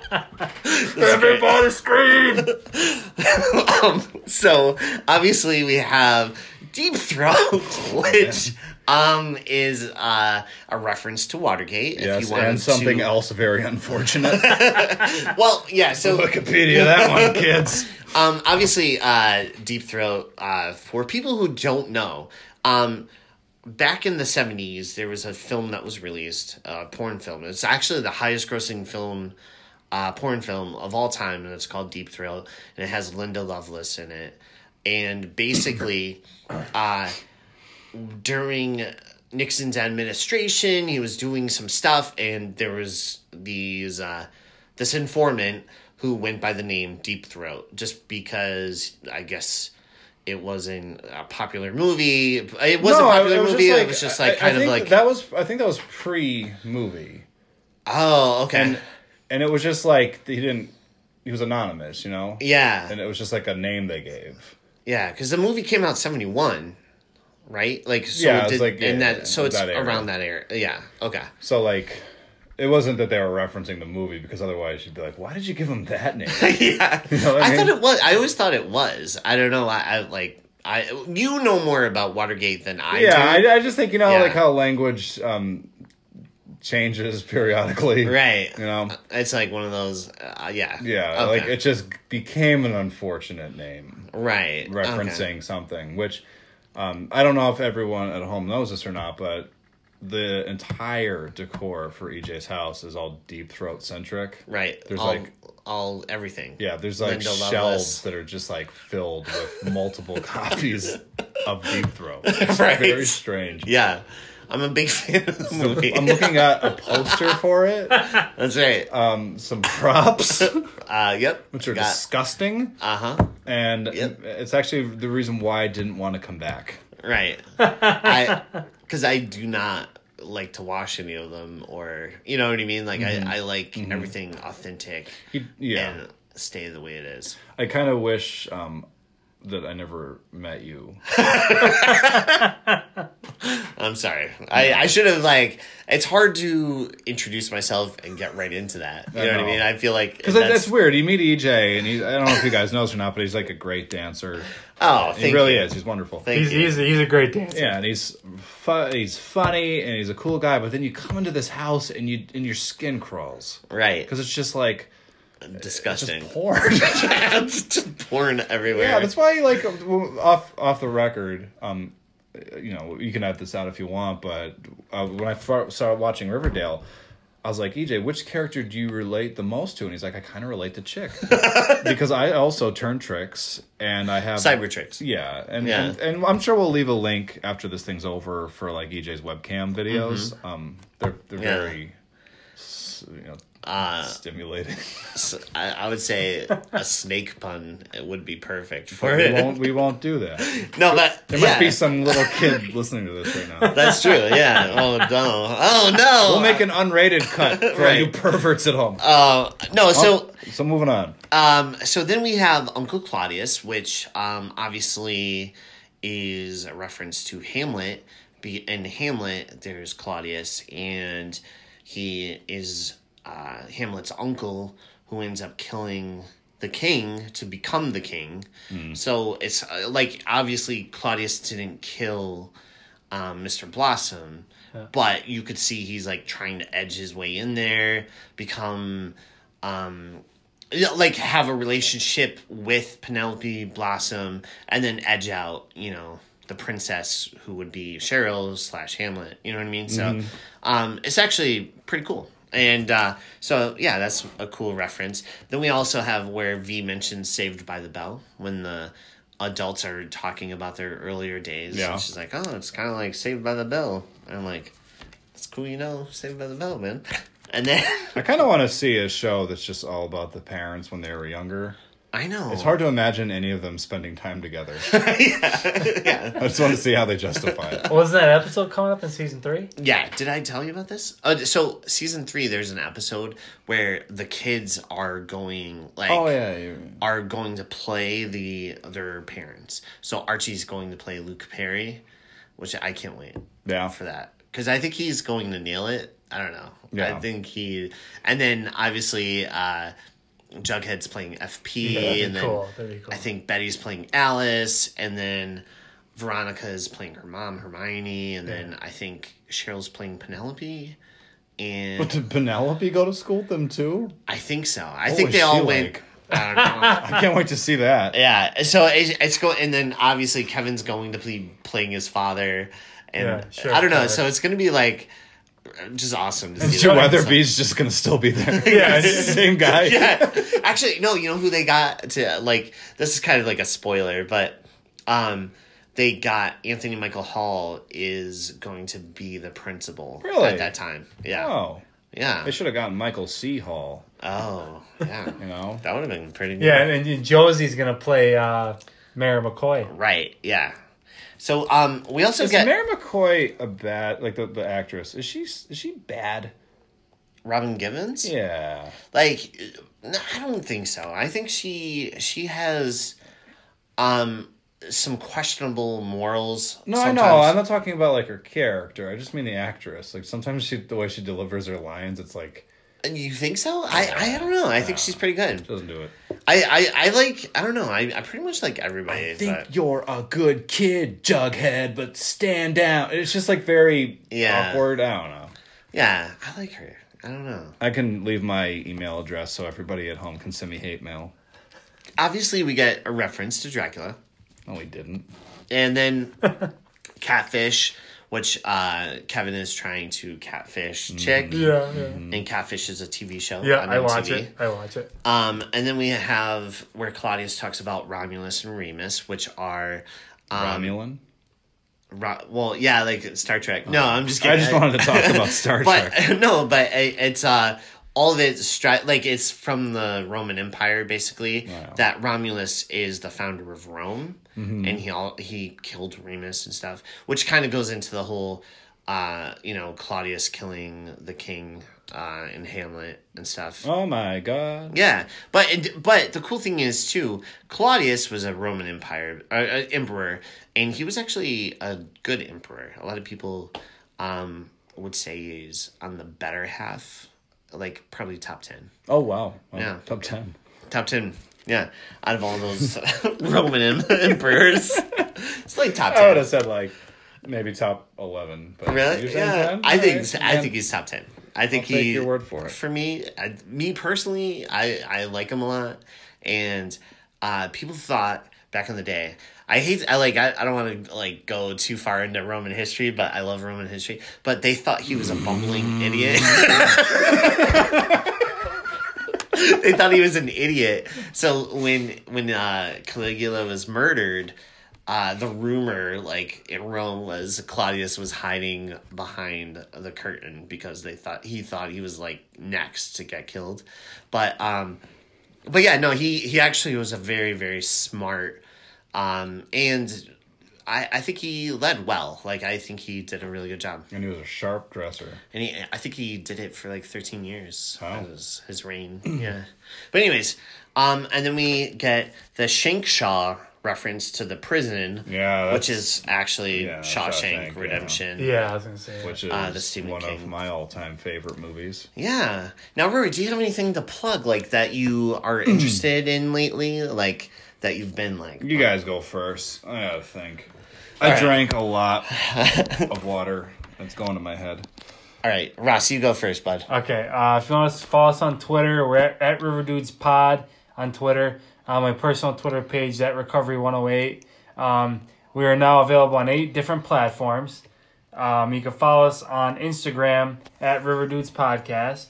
Speaker 3: Everybody scream.
Speaker 2: um, so obviously we have deep throat which um is uh a reference to Watergate
Speaker 3: Yes,
Speaker 2: wanted
Speaker 3: and something
Speaker 2: to-
Speaker 3: else very unfortunate.
Speaker 2: well yeah so
Speaker 3: Wikipedia that one, kids.
Speaker 2: Um, obviously, uh, Deep Throat, uh, for people who don't know, um, back in the 70s, there was a film that was released, a porn film. It's actually the highest grossing film, uh, porn film of all time, and it's called Deep Throat, and it has Linda Lovelace in it. And basically, uh, during Nixon's administration, he was doing some stuff, and there was these uh, this informant who went by the name Deep Throat, just because I guess it wasn't a popular movie. It was a
Speaker 3: I-
Speaker 2: popular
Speaker 3: it was
Speaker 2: movie.
Speaker 3: just
Speaker 2: it was just
Speaker 3: I-
Speaker 2: like
Speaker 3: I
Speaker 2: kind of
Speaker 3: think
Speaker 2: like
Speaker 3: that was. I think that was pre movie,
Speaker 2: oh okay
Speaker 3: and it was just like he didn't. He was anonymous, you know.
Speaker 2: yeah
Speaker 3: And it was just like a name they gave.
Speaker 2: Yeah, because the movie came out seventy one, right? Like so
Speaker 3: Yeah,
Speaker 2: it
Speaker 3: it's
Speaker 2: did,
Speaker 3: like,
Speaker 2: and
Speaker 3: yeah,
Speaker 2: that so it's
Speaker 3: that era.
Speaker 2: around that area. Yeah, okay.
Speaker 3: So like, it wasn't that they were referencing the movie because otherwise you'd be like, why did you give him that name?
Speaker 2: yeah,
Speaker 3: know what I
Speaker 2: I, thought
Speaker 3: mean?
Speaker 2: it was. I always thought it was. I don't know. I, I like I you know more about Watergate than I
Speaker 3: yeah,
Speaker 2: do.
Speaker 3: I, I just think you know
Speaker 2: Yeah.
Speaker 3: like how language um changes periodically,
Speaker 2: right. Uh,
Speaker 3: You know.
Speaker 2: It's like one of those. Uh, yeah.
Speaker 3: Yeah,
Speaker 2: Okay.
Speaker 3: like it just became an unfortunate name
Speaker 2: right okay.
Speaker 3: referencing something, which um, I don't know if everyone at home knows this or not, but the entire decor for EJ's house is all deep throat centric.
Speaker 2: Right.
Speaker 3: There's
Speaker 2: all,
Speaker 3: like
Speaker 2: all everything.
Speaker 3: yeah, there's like
Speaker 2: Linda Lovelace.
Speaker 3: shelves that are just like filled with multiple copies of deep throat. It's
Speaker 2: Right.
Speaker 3: very strange.
Speaker 2: Yeah. I'm a big fan of the movie.
Speaker 3: I'm looking at a poster for it,
Speaker 2: That's right.
Speaker 3: um, some props,
Speaker 2: uh, yep.
Speaker 3: which are disgusting.
Speaker 2: Uh huh.
Speaker 3: and
Speaker 2: Yep.
Speaker 3: it's actually the reason why I didn't want to come back.
Speaker 2: Right. I because I do not like to wash any of them or you know what I mean? Like I, I like everything authentic
Speaker 3: He, Mm-hmm. yeah,
Speaker 2: and stay the way it is.
Speaker 3: I kind of wish um, that I never met you.
Speaker 2: I'm sorry. I, I should have like it's hard to introduce myself and get right into that. You know, what I
Speaker 3: know.
Speaker 2: mean? I feel like
Speaker 3: Because that's, weird. You meet EJ, and he's, I don't know if you guys know this or not, but he's like a great dancer.
Speaker 2: oh
Speaker 3: he
Speaker 2: thank
Speaker 3: really
Speaker 2: you.
Speaker 3: is. He's wonderful.
Speaker 2: Thank
Speaker 1: He's,
Speaker 2: you.
Speaker 1: he's, he's a great dancer.
Speaker 3: yeah, and he's fu- he's funny and he's a cool guy. But then you come into this house and you and your skin crawls
Speaker 2: right.
Speaker 3: because it's just like
Speaker 2: Disgusting.
Speaker 3: porn.
Speaker 2: It's just porn everywhere.
Speaker 3: Yeah, that's why like off off the record. Um, you know, you can edit this out if you want, but uh, when I fir- started watching Riverdale, I was like, EJ, which character do you relate the most to? And he's like, I kind of relate to Chick because I also turn tricks and I have
Speaker 2: Cyber tricks.
Speaker 3: Yeah, and,
Speaker 2: Yeah.
Speaker 3: and and I'm sure we'll leave a link after this thing's over for like EJ's webcam videos. Um, they're they're
Speaker 2: Mm-hmm. Yeah.
Speaker 3: very, s- you know,
Speaker 2: Uh,
Speaker 3: stimulating.
Speaker 2: s- I, I would say a snake pun would be perfect for
Speaker 3: we
Speaker 2: it.
Speaker 3: won't we won't do that. There
Speaker 2: No, but there
Speaker 3: might be some little kid listening to this right now.
Speaker 2: That's true. Yeah. Oh no. Oh no.
Speaker 3: We'll make an unrated cut for all you
Speaker 2: Right.
Speaker 3: perverts at home. Oh,
Speaker 2: Uh, no. So
Speaker 3: so moving on.
Speaker 2: Um, so then we have Uncle Claudius, which um, obviously is a reference to Hamlet. Be in Hamlet, there's Claudius, and he is uh, Hamlet's uncle who ends up killing the king to become the king. So it's uh, like obviously Claudius didn't kill um, Mr. Blossom, but you could see he's like trying to edge his way in there, become um, yeah, like have a relationship with Penelope Blossom, and then edge out, you know, the princess who would be Cheryl slash Hamlet. You know what I mean? So,
Speaker 3: Mm-hmm.
Speaker 2: um, it's actually pretty cool. And uh, so, yeah, that's a cool reference. Then we also have where V mentions Saved by the Bell when the adults are talking about their earlier days.
Speaker 3: Yeah.
Speaker 2: And she's like, oh, it's kind of like Saved by the Bell. And I'm like, it's cool, you know, Saved by the Bell, man. And then
Speaker 3: I kind of want to see a show that's just all about the parents when they were younger.
Speaker 2: I know
Speaker 3: It's hard to imagine any of them spending time together. I just want to see how they justify it.
Speaker 1: Wasn't that episode coming up in season three?
Speaker 2: Yeah, did I tell you about this? Uh, so season three, there's an episode where the kids are going like
Speaker 3: Oh yeah, you-
Speaker 2: are going to play the their parents. So Archie's going to play Luke Perry, which I can't wait
Speaker 3: yeah.
Speaker 2: for that because I think he's going to nail it. I don't know.
Speaker 3: Yeah.
Speaker 2: I think he, and then obviously uh, Jughead's playing FP,
Speaker 1: That'd
Speaker 2: and
Speaker 1: be
Speaker 2: then
Speaker 1: cool. That'd be cool.
Speaker 2: I think Betty's playing Alice, and then Veronica is playing her mom, Hermione, and then I think Cheryl's playing Penelope.
Speaker 3: But
Speaker 2: And
Speaker 3: did Penelope go to school with them too?
Speaker 2: I think so. I
Speaker 3: What
Speaker 2: think
Speaker 3: was
Speaker 2: they
Speaker 3: she
Speaker 2: all went.
Speaker 3: like?
Speaker 2: I don't know.
Speaker 3: I can't wait to see that.
Speaker 2: Yeah, so it's, it's going, and then obviously Kevin's going to be playing his father, and
Speaker 1: Yeah, sure,
Speaker 2: I don't know.
Speaker 1: Kevin.
Speaker 2: So it's gonna be like just awesome to see.
Speaker 3: Sure,
Speaker 2: that.
Speaker 3: Weatherby's just gonna still be there.
Speaker 1: Yeah.
Speaker 3: same guy.
Speaker 2: yeah. Actually, no, you know who they got to like this is kind of like a spoiler, but um they got Anthony Michael Hall is going to be the principal
Speaker 3: Really?
Speaker 2: at that time. Yeah.
Speaker 3: Oh,
Speaker 2: Yeah.
Speaker 3: they should have gotten Michael C. Hall.
Speaker 2: Oh, yeah.
Speaker 3: You know,
Speaker 2: that would have been pretty good.
Speaker 1: Yeah, and, and Josie's gonna play uh, Mary McCoy.
Speaker 2: Right. Yeah. So um we also
Speaker 3: is
Speaker 2: get
Speaker 3: Mary McCoy a bad like the, the actress? Is she is she bad?
Speaker 2: Robin Givens.
Speaker 3: Yeah,
Speaker 2: like no, i don't think so i think she she has um some questionable morals
Speaker 3: No, I know. I'm not talking about like her character. I just mean the actress. Like sometimes she, the way she delivers her lines, it's like
Speaker 2: you think so i i don't know i think she's pretty good
Speaker 3: doesn't do it.
Speaker 2: i i, I like i don't know i, I pretty much like everybody but-
Speaker 3: you're a good kid, Jughead, but stand down. It's just like very
Speaker 2: Yeah.
Speaker 3: awkward. I don't know.
Speaker 2: yeah i like her i don't know
Speaker 3: I can leave my email address so everybody at home can send me hate mail.
Speaker 2: obviously we get a reference to dracula
Speaker 3: No, we didn't.
Speaker 2: and then catfish which uh kevin is trying to catfish
Speaker 3: Mm-hmm.
Speaker 2: chick
Speaker 1: Yeah, yeah,
Speaker 2: and catfish is a tv show
Speaker 1: yeah.
Speaker 2: Hmm. on
Speaker 1: I watch
Speaker 2: MTV.
Speaker 1: it. I watch it.
Speaker 2: Um, and then we have where Claudius talks about Romulus and Remus, which are, um,
Speaker 3: Romulan.
Speaker 2: Ro- well, yeah, like Star Trek. No, I'm just
Speaker 3: Oh. I
Speaker 2: kidding.
Speaker 3: just wanted to talk about Star
Speaker 2: but
Speaker 3: Trek.
Speaker 2: no, but it, it's uh, all of it's stri- like it's from the Roman Empire, basically. That Romulus is the founder of Rome,
Speaker 3: Mm-hmm.
Speaker 2: and he all he killed Remus and stuff, which kind of goes into the whole, uh, you know, Claudius killing the king, uh, in Hamlet and stuff.
Speaker 3: Oh my god.
Speaker 2: Yeah, but and- but the cool thing is too, Claudius was a Roman Empire uh, uh, emperor, and he was actually a good emperor. A lot of people um, would say he's on the better half, like probably top ten,
Speaker 3: Oh wow. Well,
Speaker 2: Yeah.
Speaker 3: Top ten.
Speaker 2: top ten. Yeah, out of all those Roman em- emperors, it's like top
Speaker 3: I would
Speaker 2: ten.
Speaker 3: have said like maybe top eleven. But
Speaker 2: Really?
Speaker 3: you're saying
Speaker 2: Yeah,
Speaker 3: 10?
Speaker 2: I think
Speaker 3: Alright,
Speaker 2: I
Speaker 3: man.
Speaker 2: think he's top ten. I think
Speaker 3: I'll
Speaker 2: he.
Speaker 3: take your word for it.
Speaker 2: For me, I, me personally, I I like him a lot, and uh, people thought back in the day. I hate I like I, I don't want to like go too far into Roman history, but I love Roman history. But they thought he was a bumbling idiot. they thought he was an idiot. So when when uh, Caligula was murdered, uh, the rumor like in Rome was Claudius was hiding behind the curtain because they thought he thought he was like next to get killed, but um, but yeah, no, he he actually was a very very smart, um, and I I think he led well. Like I think he did a really good job,
Speaker 3: And he was a sharp dresser.
Speaker 2: and he I think he did it for like thirteen years.
Speaker 3: Wow.
Speaker 2: That was his reign. yeah, but anyways, um, and then we get the Shankshaw reference to the prison.
Speaker 3: Yeah,
Speaker 2: which
Speaker 3: that's-
Speaker 2: is actually
Speaker 3: yeah,
Speaker 2: Shawshank,
Speaker 3: Shawshank, yeah.
Speaker 2: Redemption.
Speaker 1: Yeah, I was gonna say.
Speaker 3: Which is
Speaker 2: Uh, the Stephen
Speaker 3: one of
Speaker 2: King.
Speaker 3: my all time favorite movies.
Speaker 2: Yeah. Now, Rory, do you have anything to plug like that you are interested in lately? Like that you've been like
Speaker 3: You guys go first. I gotta think. I drank a lot of water. That's going to my head.
Speaker 2: All right, Ross, you go first, bud.
Speaker 1: Okay, uh, if you want to follow us on Twitter, we're at, at River Dudes Pod on Twitter. Uh, my personal Twitter page, at Recovery108. Um, we are now available on eight different platforms. Um, you can follow us on Instagram at River Dudes Podcast.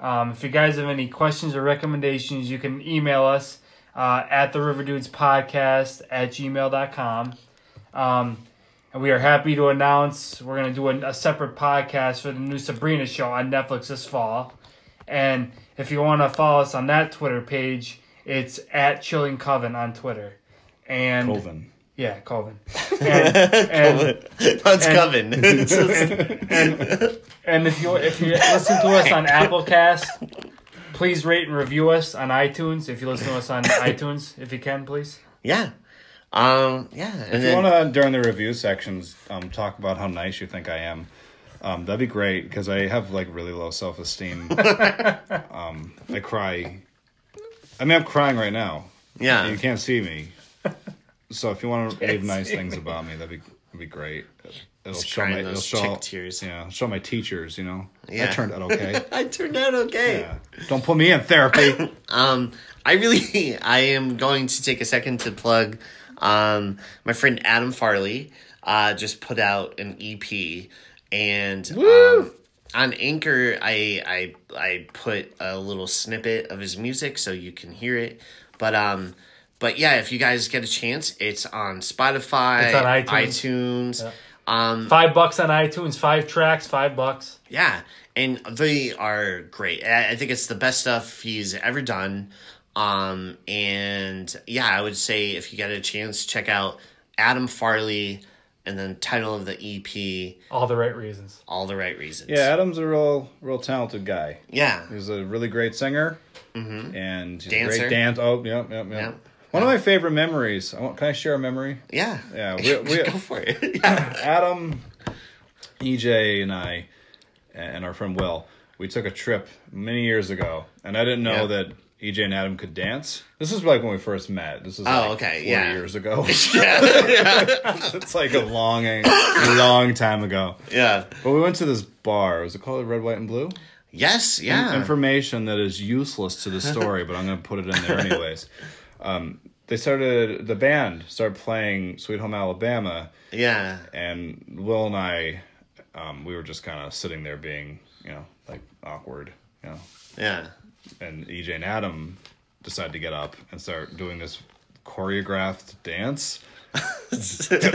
Speaker 1: Um, if you guys have any questions or recommendations, you can email us uh, at the River Dudes Podcast at gmail.com. Um, and we are happy to announce we're going to do a, a separate podcast for the new Sabrina show on Netflix this fall. And if you want to follow us on that Twitter page, it's at Chilling Coven on Twitter. And
Speaker 3: Colvin.
Speaker 1: yeah, Coven. And, and,
Speaker 2: That's coming. It's just-
Speaker 1: and if you if you listen to us on Applecast, please rate and review us on iTunes. If you listen to us on iTunes, if you can, please.
Speaker 2: yeah. Um. Yeah. And
Speaker 3: If you
Speaker 2: then
Speaker 3: want to, during the review sections, um, talk about how nice you think I am, um, that'd be great because I have like really low self esteem. um, I cry. I mean, I'm crying right now.
Speaker 2: yeah.
Speaker 3: You can't see me. So if you want to leave nice things about me, that'd be that'd be great. It'll show
Speaker 2: crying
Speaker 3: my it'll
Speaker 2: those
Speaker 3: show
Speaker 2: chick tears.
Speaker 3: Yeah, show my teachers. You know, I
Speaker 2: Yeah.
Speaker 3: turned out okay.
Speaker 2: I turned out okay.
Speaker 3: yeah. Don't put me in therapy.
Speaker 2: Um, I really, I am going to take a second to plug, um, my friend Adam Farley, uh, just put out an EP, and um, on Anchor, I I I put a little snippet of his music so you can hear it, but um, but yeah, if you guys get a chance, it's on Spotify,
Speaker 1: It's on iTunes.
Speaker 2: iTunes. Um,
Speaker 1: Five bucks on iTunes. Five tracks. Five bucks.
Speaker 2: yeah, and they are great. I I think it's the best stuff he's ever done. Um, and yeah, I would say if you get a chance, check out Adam Farley and then title of the EP,
Speaker 1: All the right reasons.
Speaker 2: All the Right Reasons.
Speaker 3: yeah, Adam's a real real talented guy.
Speaker 2: Yeah.
Speaker 3: He's a really great singer and he's a
Speaker 2: Mm-hmm. Dancer.
Speaker 3: great dance. Oh, yep, yep, yep.
Speaker 2: Yep.
Speaker 3: One of my favorite memories. I want, can I share a memory?
Speaker 2: Yeah.
Speaker 3: Yeah, we- we-
Speaker 2: go for it. Yeah.
Speaker 3: Adam, EJ, and I, and our friend Will, we took a trip many years ago, and I didn't know
Speaker 2: Yeah.
Speaker 3: that EJ and Adam could dance. This is like when we first met. This is like
Speaker 2: Oh, okay,
Speaker 3: four
Speaker 2: yeah.
Speaker 3: years ago.
Speaker 2: yeah.
Speaker 3: it's like a long, long time ago.
Speaker 2: Yeah.
Speaker 3: But we went to this bar. Was it called Red, White, and Blue?
Speaker 2: Yes. Yeah.
Speaker 3: information that is useless to the story, but I'm going to put it in there anyways. Um, they started the band started playing Sweet Home Alabama,
Speaker 2: yeah.
Speaker 3: and Will and I, um, we were just kind of sitting there being, you know, like awkward, you know.
Speaker 2: Yeah.
Speaker 3: And EJ and Adam decided to get up and start doing this choreographed dance. it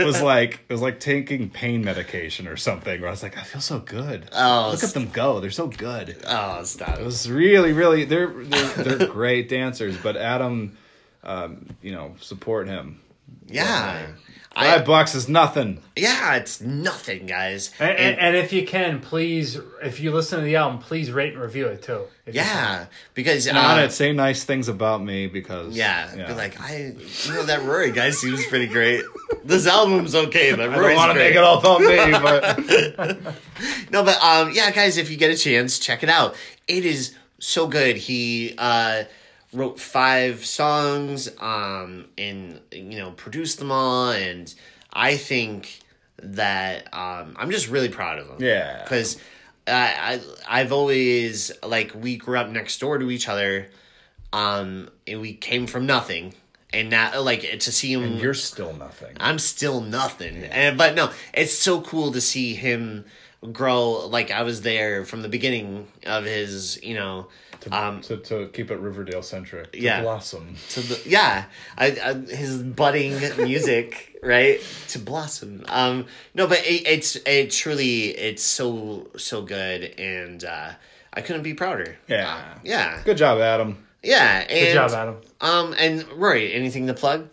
Speaker 3: was like it was like taking pain medication or something. Where I was like, I feel so good.
Speaker 2: Oh,
Speaker 3: Look at them go! They're so good.
Speaker 2: Oh, stop.
Speaker 3: It was really, really. They're they're, they're great dancers, but Adam, um, you know, support him.
Speaker 2: Yeah.
Speaker 3: Five
Speaker 2: I,
Speaker 3: bucks is nothing.
Speaker 2: yeah, it's nothing, guys.
Speaker 1: And, and, and if you can, please, if you listen to the album, please rate and review it too. If you can.
Speaker 2: yeah, because uh,
Speaker 3: On it, say nice things about me because
Speaker 2: Yeah, be like I, you know, that Rory guy seems pretty great. This album's okay, but
Speaker 3: I don't
Speaker 2: Rory's
Speaker 3: want to
Speaker 2: great.
Speaker 3: make it all about me, but
Speaker 2: No, but um, yeah, guys, if you get a chance, check it out. It is so good. He uh, wrote five songs, um, and you know, produced them all, and I think that um, I'm just really proud of him.
Speaker 3: Yeah.
Speaker 2: because I, I I've always like we grew up next door to each other, um, and we came from nothing, and not like to see him.
Speaker 3: You're still nothing.
Speaker 2: I'm still nothing. And but no, it's so cool to see him grow. Like I was there from the beginning of his, you know, um,
Speaker 3: to, to keep it Riverdale centric. to
Speaker 2: Yeah.
Speaker 3: Blossom.
Speaker 2: to the yeah, I, I, his budding music, right, to blossom. Um, no, but it, it's it truly it's so so good, and uh, I couldn't be prouder.
Speaker 3: Yeah.
Speaker 2: Yeah,
Speaker 3: Good job, Adam.
Speaker 2: yeah. And,
Speaker 1: Good job, Adam.
Speaker 2: Um, and Rory, anything to plug?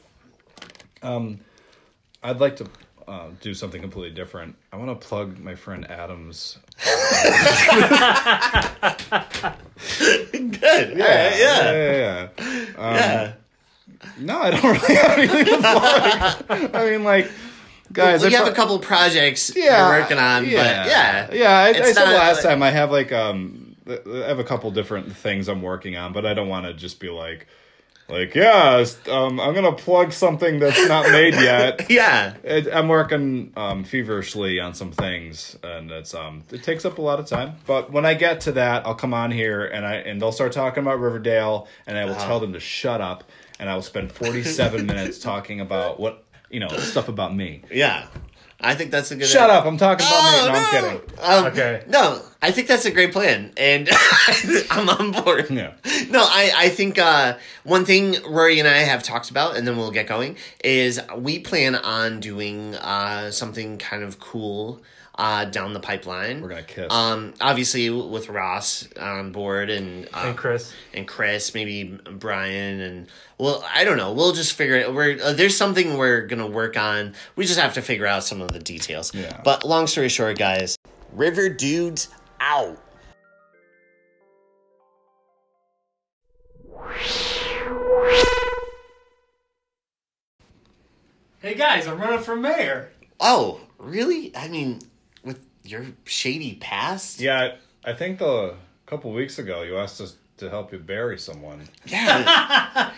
Speaker 3: I'd like to uh, do something completely different. I want to plug my friend Adam's.
Speaker 2: Good. All right, Yeah.
Speaker 3: yeah, yeah. yeah. Um, No, I don't really have anything to plug. I mean, like, guys,
Speaker 2: Well,
Speaker 3: I
Speaker 2: you have
Speaker 3: pro-
Speaker 2: a couple projects
Speaker 3: yeah,
Speaker 2: you're working on, but yeah,
Speaker 3: yeah. I, I
Speaker 2: It's
Speaker 3: said
Speaker 2: not
Speaker 3: last
Speaker 2: like-
Speaker 3: time I have like um, th- I have a couple different things I'm working on, but I don't want to just be like, like, yeah, s- um, I'm gonna plug something that's not made yet.
Speaker 2: yeah.
Speaker 3: It, I'm working um, feverishly on some things, and it's um, it takes up a lot of time. But when I get to that, I'll come on here and I and they'll start talking about Riverdale, and I will
Speaker 2: Uh-huh.
Speaker 3: tell them to shut up, and I will spend 47 minutes talking about what you know stuff about me.
Speaker 2: Yeah. I think that's a good
Speaker 3: Shut up! I'm talking about me.
Speaker 2: Oh,
Speaker 3: No,
Speaker 2: no.
Speaker 3: I'm kidding.
Speaker 2: Um,
Speaker 1: Okay.
Speaker 2: No, I think that's a great plan, and I'm on board.
Speaker 3: Yeah.
Speaker 2: No, I, I think uh, one thing Rory and I have talked about, and then we'll get going, is we plan on doing uh, something kind of cool uh, down the pipeline.
Speaker 3: We're gonna kiss.
Speaker 2: Um, obviously, with Ross on board and uh,
Speaker 1: And Chris.
Speaker 2: and Chris, maybe Brian, and well, I don't know. We'll just figure it. We're uh, there's something we're gonna work on. We just have to figure out some of the details.
Speaker 3: Yeah.
Speaker 2: But long story short, guys, River dudes
Speaker 3: Oh.
Speaker 2: out.
Speaker 1: Hey guys, I'm running for mayor.
Speaker 2: Oh, really? I mean, with your shady past?
Speaker 3: Yeah, I think the a couple weeks ago you asked us to help you bury someone.
Speaker 2: Yeah.